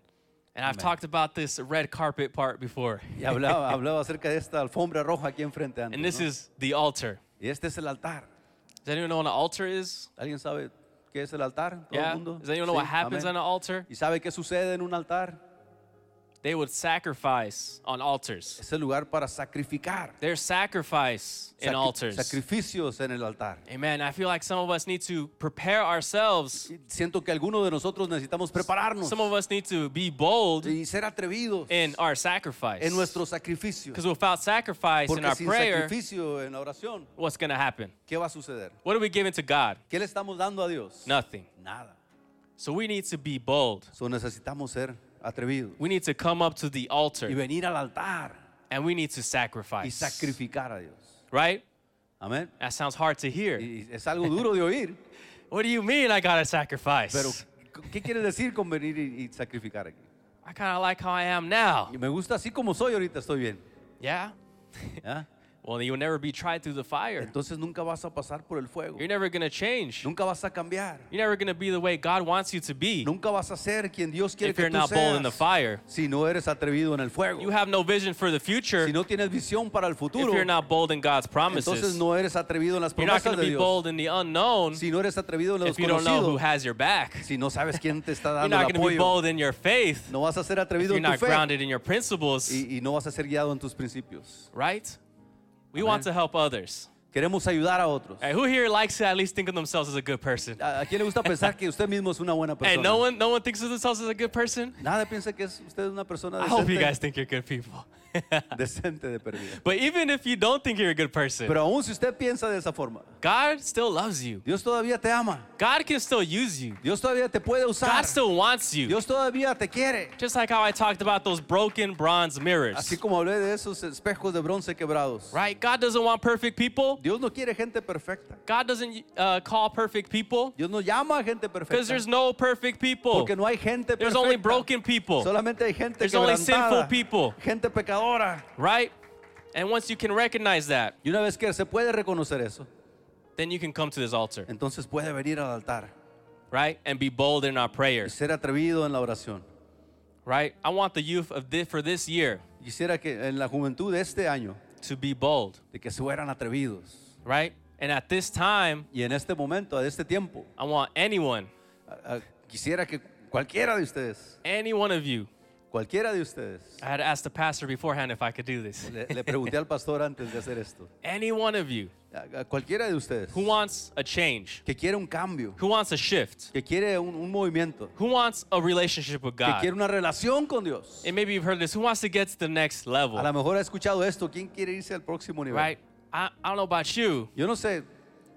S5: And I've talked about this red carpet part before.
S10: Y hablaba, hablaba acerca de esta alfombra roja aquí enfrente antes.
S5: And this
S10: ¿no?
S5: is the altar.
S10: Y este es el altar.
S5: Does anyone know what an altar is?
S10: ¿Alguien sabe qué es el altar? ¿Todo el
S5: Yeah.
S10: mundo?
S5: Does anyone know
S10: Sí,
S5: what happens
S10: amén.
S5: on an altar?
S10: ¿Y sabe qué sucede en un altar?
S5: They would sacrifice on altars.
S10: Es el lugar para sacrificar.
S5: There's sacrifice in
S10: Sacri-
S5: altars.
S10: Sacrificios en el altar.
S5: Amen. I feel like some of us need to prepare ourselves.
S10: Y Siento que algunos de nosotros necesitamos prepararnos
S5: Some of us need to be bold
S10: y ser atrevidos
S5: in our sacrifice.
S10: en nuestro sacrificio.
S5: Because without sacrifice in
S10: Porque
S5: our
S10: sin
S5: prayer,
S10: sacrificio en la oración,
S5: what's going to happen?
S10: ¿qué va a suceder?
S5: What are we giving to God?
S10: ¿Qué le estamos dando a Dios?
S5: Nothing.
S10: Nada.
S5: So we need to be bold.
S10: So necesitamos ser atrevidos
S5: We need to come up to the
S10: y
S5: altar
S10: venir al altar
S5: and we need to
S10: y
S5: sacrifice.
S10: sacrificar a Dios.
S5: Right?
S10: Amén.
S5: That sounds hard to hear.
S10: Y es algo duro de oír,
S5: What do you mean I got to sacrifice?
S10: pero ¿qué quiere decir con venir y, y sacrificar aquí?
S5: I kind of like how I am now.
S10: Y me gusta así como soy ahorita, estoy bien.
S5: Yeah?
S10: ¿ya?
S5: well, you will never be tried through the fire.
S10: Entonces nunca vas a pasar por el fuego.
S5: You're never going to change.
S10: Nunca vas a cambiar.
S5: You're never going to be the way God wants you to be
S10: Nunca vas a ser quien Dios quiere
S5: if
S10: que
S5: you're
S10: tú
S5: not bold in the
S10: seas.
S5: fire.
S10: Si no eres atrevido en el fuego.
S5: You have no vision for the future
S10: Si no tienes visión para el
S5: if
S10: futuro.
S5: you're not bold in God's
S10: Entonces
S5: promises.
S10: no eres atrevido en las
S5: You're not
S10: promesas
S5: going to
S10: de
S5: be
S10: Dios.
S5: bold in the unknown
S10: Si no eres atrevido en lo
S5: if you don't know who
S10: desconocido.
S5: has your back.
S10: Si no sabes quién te está
S5: You're
S10: dando
S5: not
S10: el
S5: going to be
S10: apoyo.
S5: bold in your faith.
S10: No vas a ser
S5: if
S10: atrevido
S5: You're
S10: en tu
S5: not
S10: fe.
S5: grounded in your principles,
S10: Y, y no vas a ser guiado en tus principios.
S5: right? We want to help others.
S10: Queremos ayudar a otros. Ah,
S5: Hey, who here likes to at least think of themselves as a good person?
S10: ¿A, a quién le gusta pensar que usted mismo es una buena persona?
S5: Hey, no one, no one thinks of themselves as a good person.
S10: Nada piensa que es usted es una persona
S5: I
S10: decente,
S5: hope you guys think you're good people.
S10: decente de perdida.
S5: But even if you don't think you're a good person,
S10: Pero aún si usted piensa de esa forma,
S5: God still loves you.
S10: Dios todavía te ama.
S5: God can still use you.
S10: Dios todavía te puede
S5: God
S10: usar.
S5: still wants you.
S10: Dios todavía te quiere.
S5: Just like how I talked about those broken bronze mirrors.
S10: Así como hablé de esos espejos de bronce quebrados.
S5: Right? God doesn't want perfect people.
S10: Dios no quiere gente perfecta.
S5: God doesn't uh, call perfect people
S10: Dios no llama a gente
S5: because
S10: perfecta.
S5: there's no perfect people.
S10: Porque no hay gente
S5: There's
S10: perfecta.
S5: only broken people.
S10: Solamente hay gente
S5: There's only
S10: quebrantada,
S5: sinful people.
S10: gente pecadora.
S5: Right? And once you can recognize that,
S10: Y una vez que se puede reconocer eso,
S5: then you can come to this altar,
S10: entonces puede venir al altar
S5: right? And be bold in our
S10: y
S5: prayers,
S10: ser atrevido en la oración.
S5: right? I want the youth of this, for this year
S10: Quisiera que en la juventud de este año,
S5: to be bold,
S10: de que fueran atrevidos.
S5: right? And at this time,
S10: Y en este momento, de este tiempo,
S5: I want anyone,
S10: a- a- quisiera que cualquiera de ustedes,
S5: any one of you,
S10: cualquiera de ustedes,
S5: I had asked the pastor beforehand if I could do this.
S10: le, le pregunté al pastor antes de hacer esto,
S5: Any one of you
S10: a, a cualquiera de ustedes
S5: who wants a change,
S10: que quiere un cambio,
S5: who wants a shift,
S10: que quiere un, un movimiento,
S5: who wants a relationship with
S10: que quiere
S5: God,
S10: una relación con Dios.
S5: and maybe you've heard this, who wants to get to the next
S10: A lo
S5: level,
S10: mejor ha escuchado esto, ¿quién quiere irse al próximo nivel?
S5: right? I, I don't know about you,
S10: Yo no sé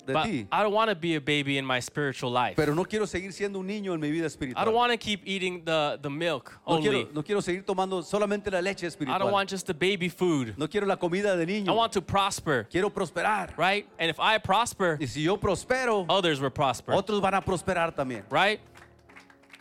S10: de
S5: but
S10: ti,
S5: I don't want to be a baby in my spiritual life.
S10: pero no quiero seguir siendo un niño en mi vida
S5: I
S10: espiritual.
S5: don't want to keep eating the, the milk
S10: No
S5: only.
S10: quiero, no quiero seguir tomando solamente la leche
S5: I don't
S10: espiritual.
S5: want just the baby food.
S10: No quiero la comida de
S5: I
S10: niño.
S5: want to prosper,
S10: Quiero prosperar.
S5: right? And if I prosper,
S10: Y si yo prospero,
S5: others will prosper,
S10: otros van a prosperar también.
S5: right?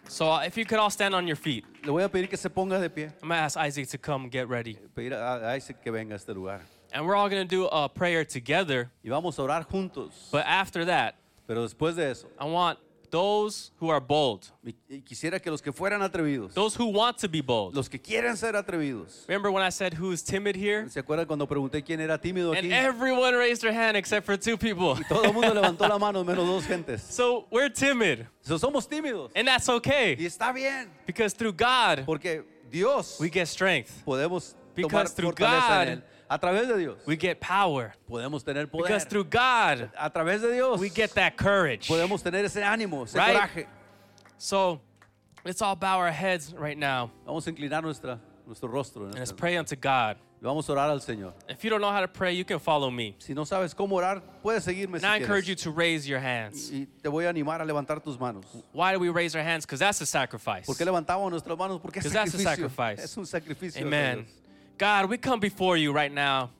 S5: So uh, if you could all stand on your feet,
S10: Le voy a pedir que se ponga de pie.
S5: I'm going to ask Isaac to come get ready.
S10: Pedir a a Isaac que venga a este lugar.
S5: And we're all going to do a prayer together.
S10: Y vamos a orar juntos.
S5: But after that,
S10: Pero después de eso,
S5: I want those who are bold,
S10: y- y quisiera que los que fueran atrevidos,
S5: those who want to be bold.
S10: los que quieren ser atrevidos,
S5: Remember when I said who's timid here?
S10: ¿se acuerdan cuando pregunté quién era tímido
S5: And
S10: aquí?
S5: everyone raised their hand except for two people.
S10: Todo el mundo levantó la mano, menos dos gentes.
S5: so we're timid,
S10: So, somos tímidos.
S5: and that's
S10: Y
S5: okay
S10: está bien,
S5: because through God,
S10: porque Dios
S5: we get strength.
S10: podemos tomar
S5: Because through
S10: fortaleza
S5: God,
S10: en Él. A través de Dios
S5: We get power.
S10: podemos tener poder.
S5: Because through God,
S10: A través de Dios
S5: we get that courage.
S10: podemos tener ese ánimo, ese
S5: Right?
S10: coraje.
S5: So let's all bow our heads right now
S10: Vamos a inclinar nuestra, nuestro rostro. en
S5: and let's
S10: esta-
S5: pray unto God.
S10: y Vamos a orar al Señor.
S5: If you don't know how to pray, you can follow me.
S10: Si no sabes cómo orar, puedes
S5: And
S10: seguirme. Si
S5: I encourage you
S10: quieres.
S5: to raise your hands.
S10: Y te voy a animar a levantar tus manos.
S5: Why do we raise our hands? Because that's a sacrifice.
S10: ¿Por qué levantamos nuestras manos? Porque es
S5: 'Cause that's a
S10: sacrificio.
S5: sacrifice.
S10: Es un sacrificio. hacia
S5: Amen.
S10: Dios.
S5: God, we come before you right now.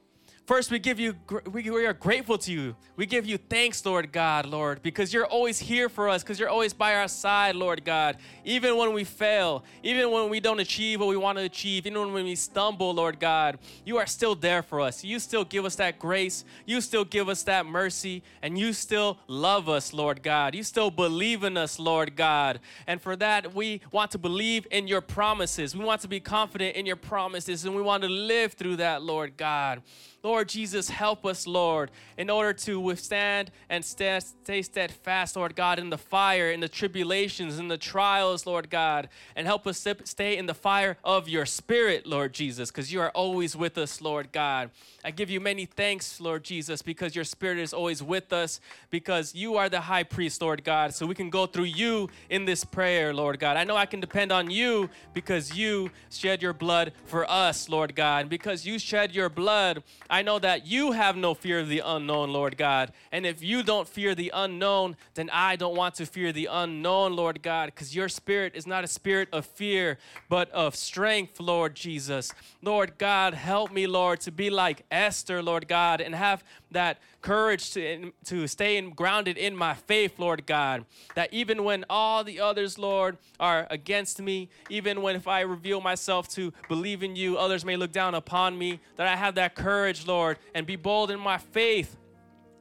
S5: First, we give you, gr- we, we are grateful to you. We give you thanks, Lord God, Lord, because you're always here for us, because you're always by our side, Lord God. Even when we fail, even when we don't achieve what we want to achieve, even when we stumble, Lord God, you are still there for us. You still give us that grace. You still give us that mercy, and you still love us, Lord God. You still believe in us, Lord God. And for that, we want to believe in your promises. We want to be confident in your promises, and we want to live through that, Lord God. Lord Jesus, help us, Lord, in order to withstand and sta- stay steadfast, Lord God, in the fire, in the tribulations, in the trials, Lord God, and help us sip- stay in the fire of your spirit, Lord Jesus, because you are always with us, Lord God. I give you many thanks, Lord Jesus, because your spirit is always with us, because you are the high priest, Lord God, so we can go through you in this prayer, Lord God. I know I can depend on you because you shed your blood for us, Lord God. And because you shed your blood, I know that you have no fear of the unknown, Lord God. And if you don't fear the unknown, then I don't want to fear the unknown, Lord God, because your spirit is not a spirit of fear, but of strength, Lord Jesus. Lord God, help me, Lord, to be like Esther, Lord God, and have that courage to, in- to stay in, grounded in my faith, Lord God. That even when all the others, Lord, are against me, even when if I reveal myself to believe in you, others may look down upon me, that I have that courage, Lord, and be bold in my faith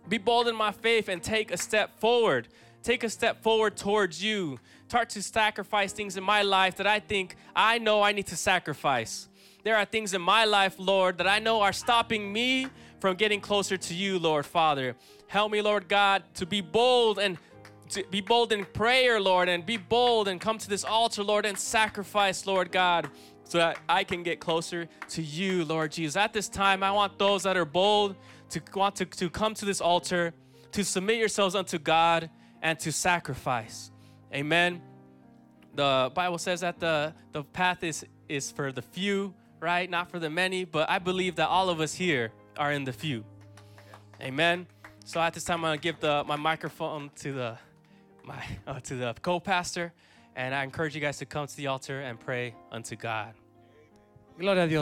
S5: be bold in my faith and take a step forward. Take a step forward towards you. Start to sacrifice things in my life that I think I know I need to sacrifice. There are things in my life, Lord, that I know are stopping me from getting closer to you, Lord Father. Help me, Lord God, to be bold and to be bold in prayer, Lord, and be bold and come to this altar, Lord, and sacrifice, Lord God, so that I can get closer to you, Lord Jesus. At this time, I want those that are bold to want to, to come to this altar, to submit yourselves unto God, and to sacrifice. Amen the Bible says that the, the path is, is for the few, right? Not for the many, but I believe that all of us here are in the few. Amen. So at this time, I'm gonna give the, my microphone to the my uh, to the co-pastor, and I encourage you guys to come to the altar and pray unto God.
S9: Gloria a Dios.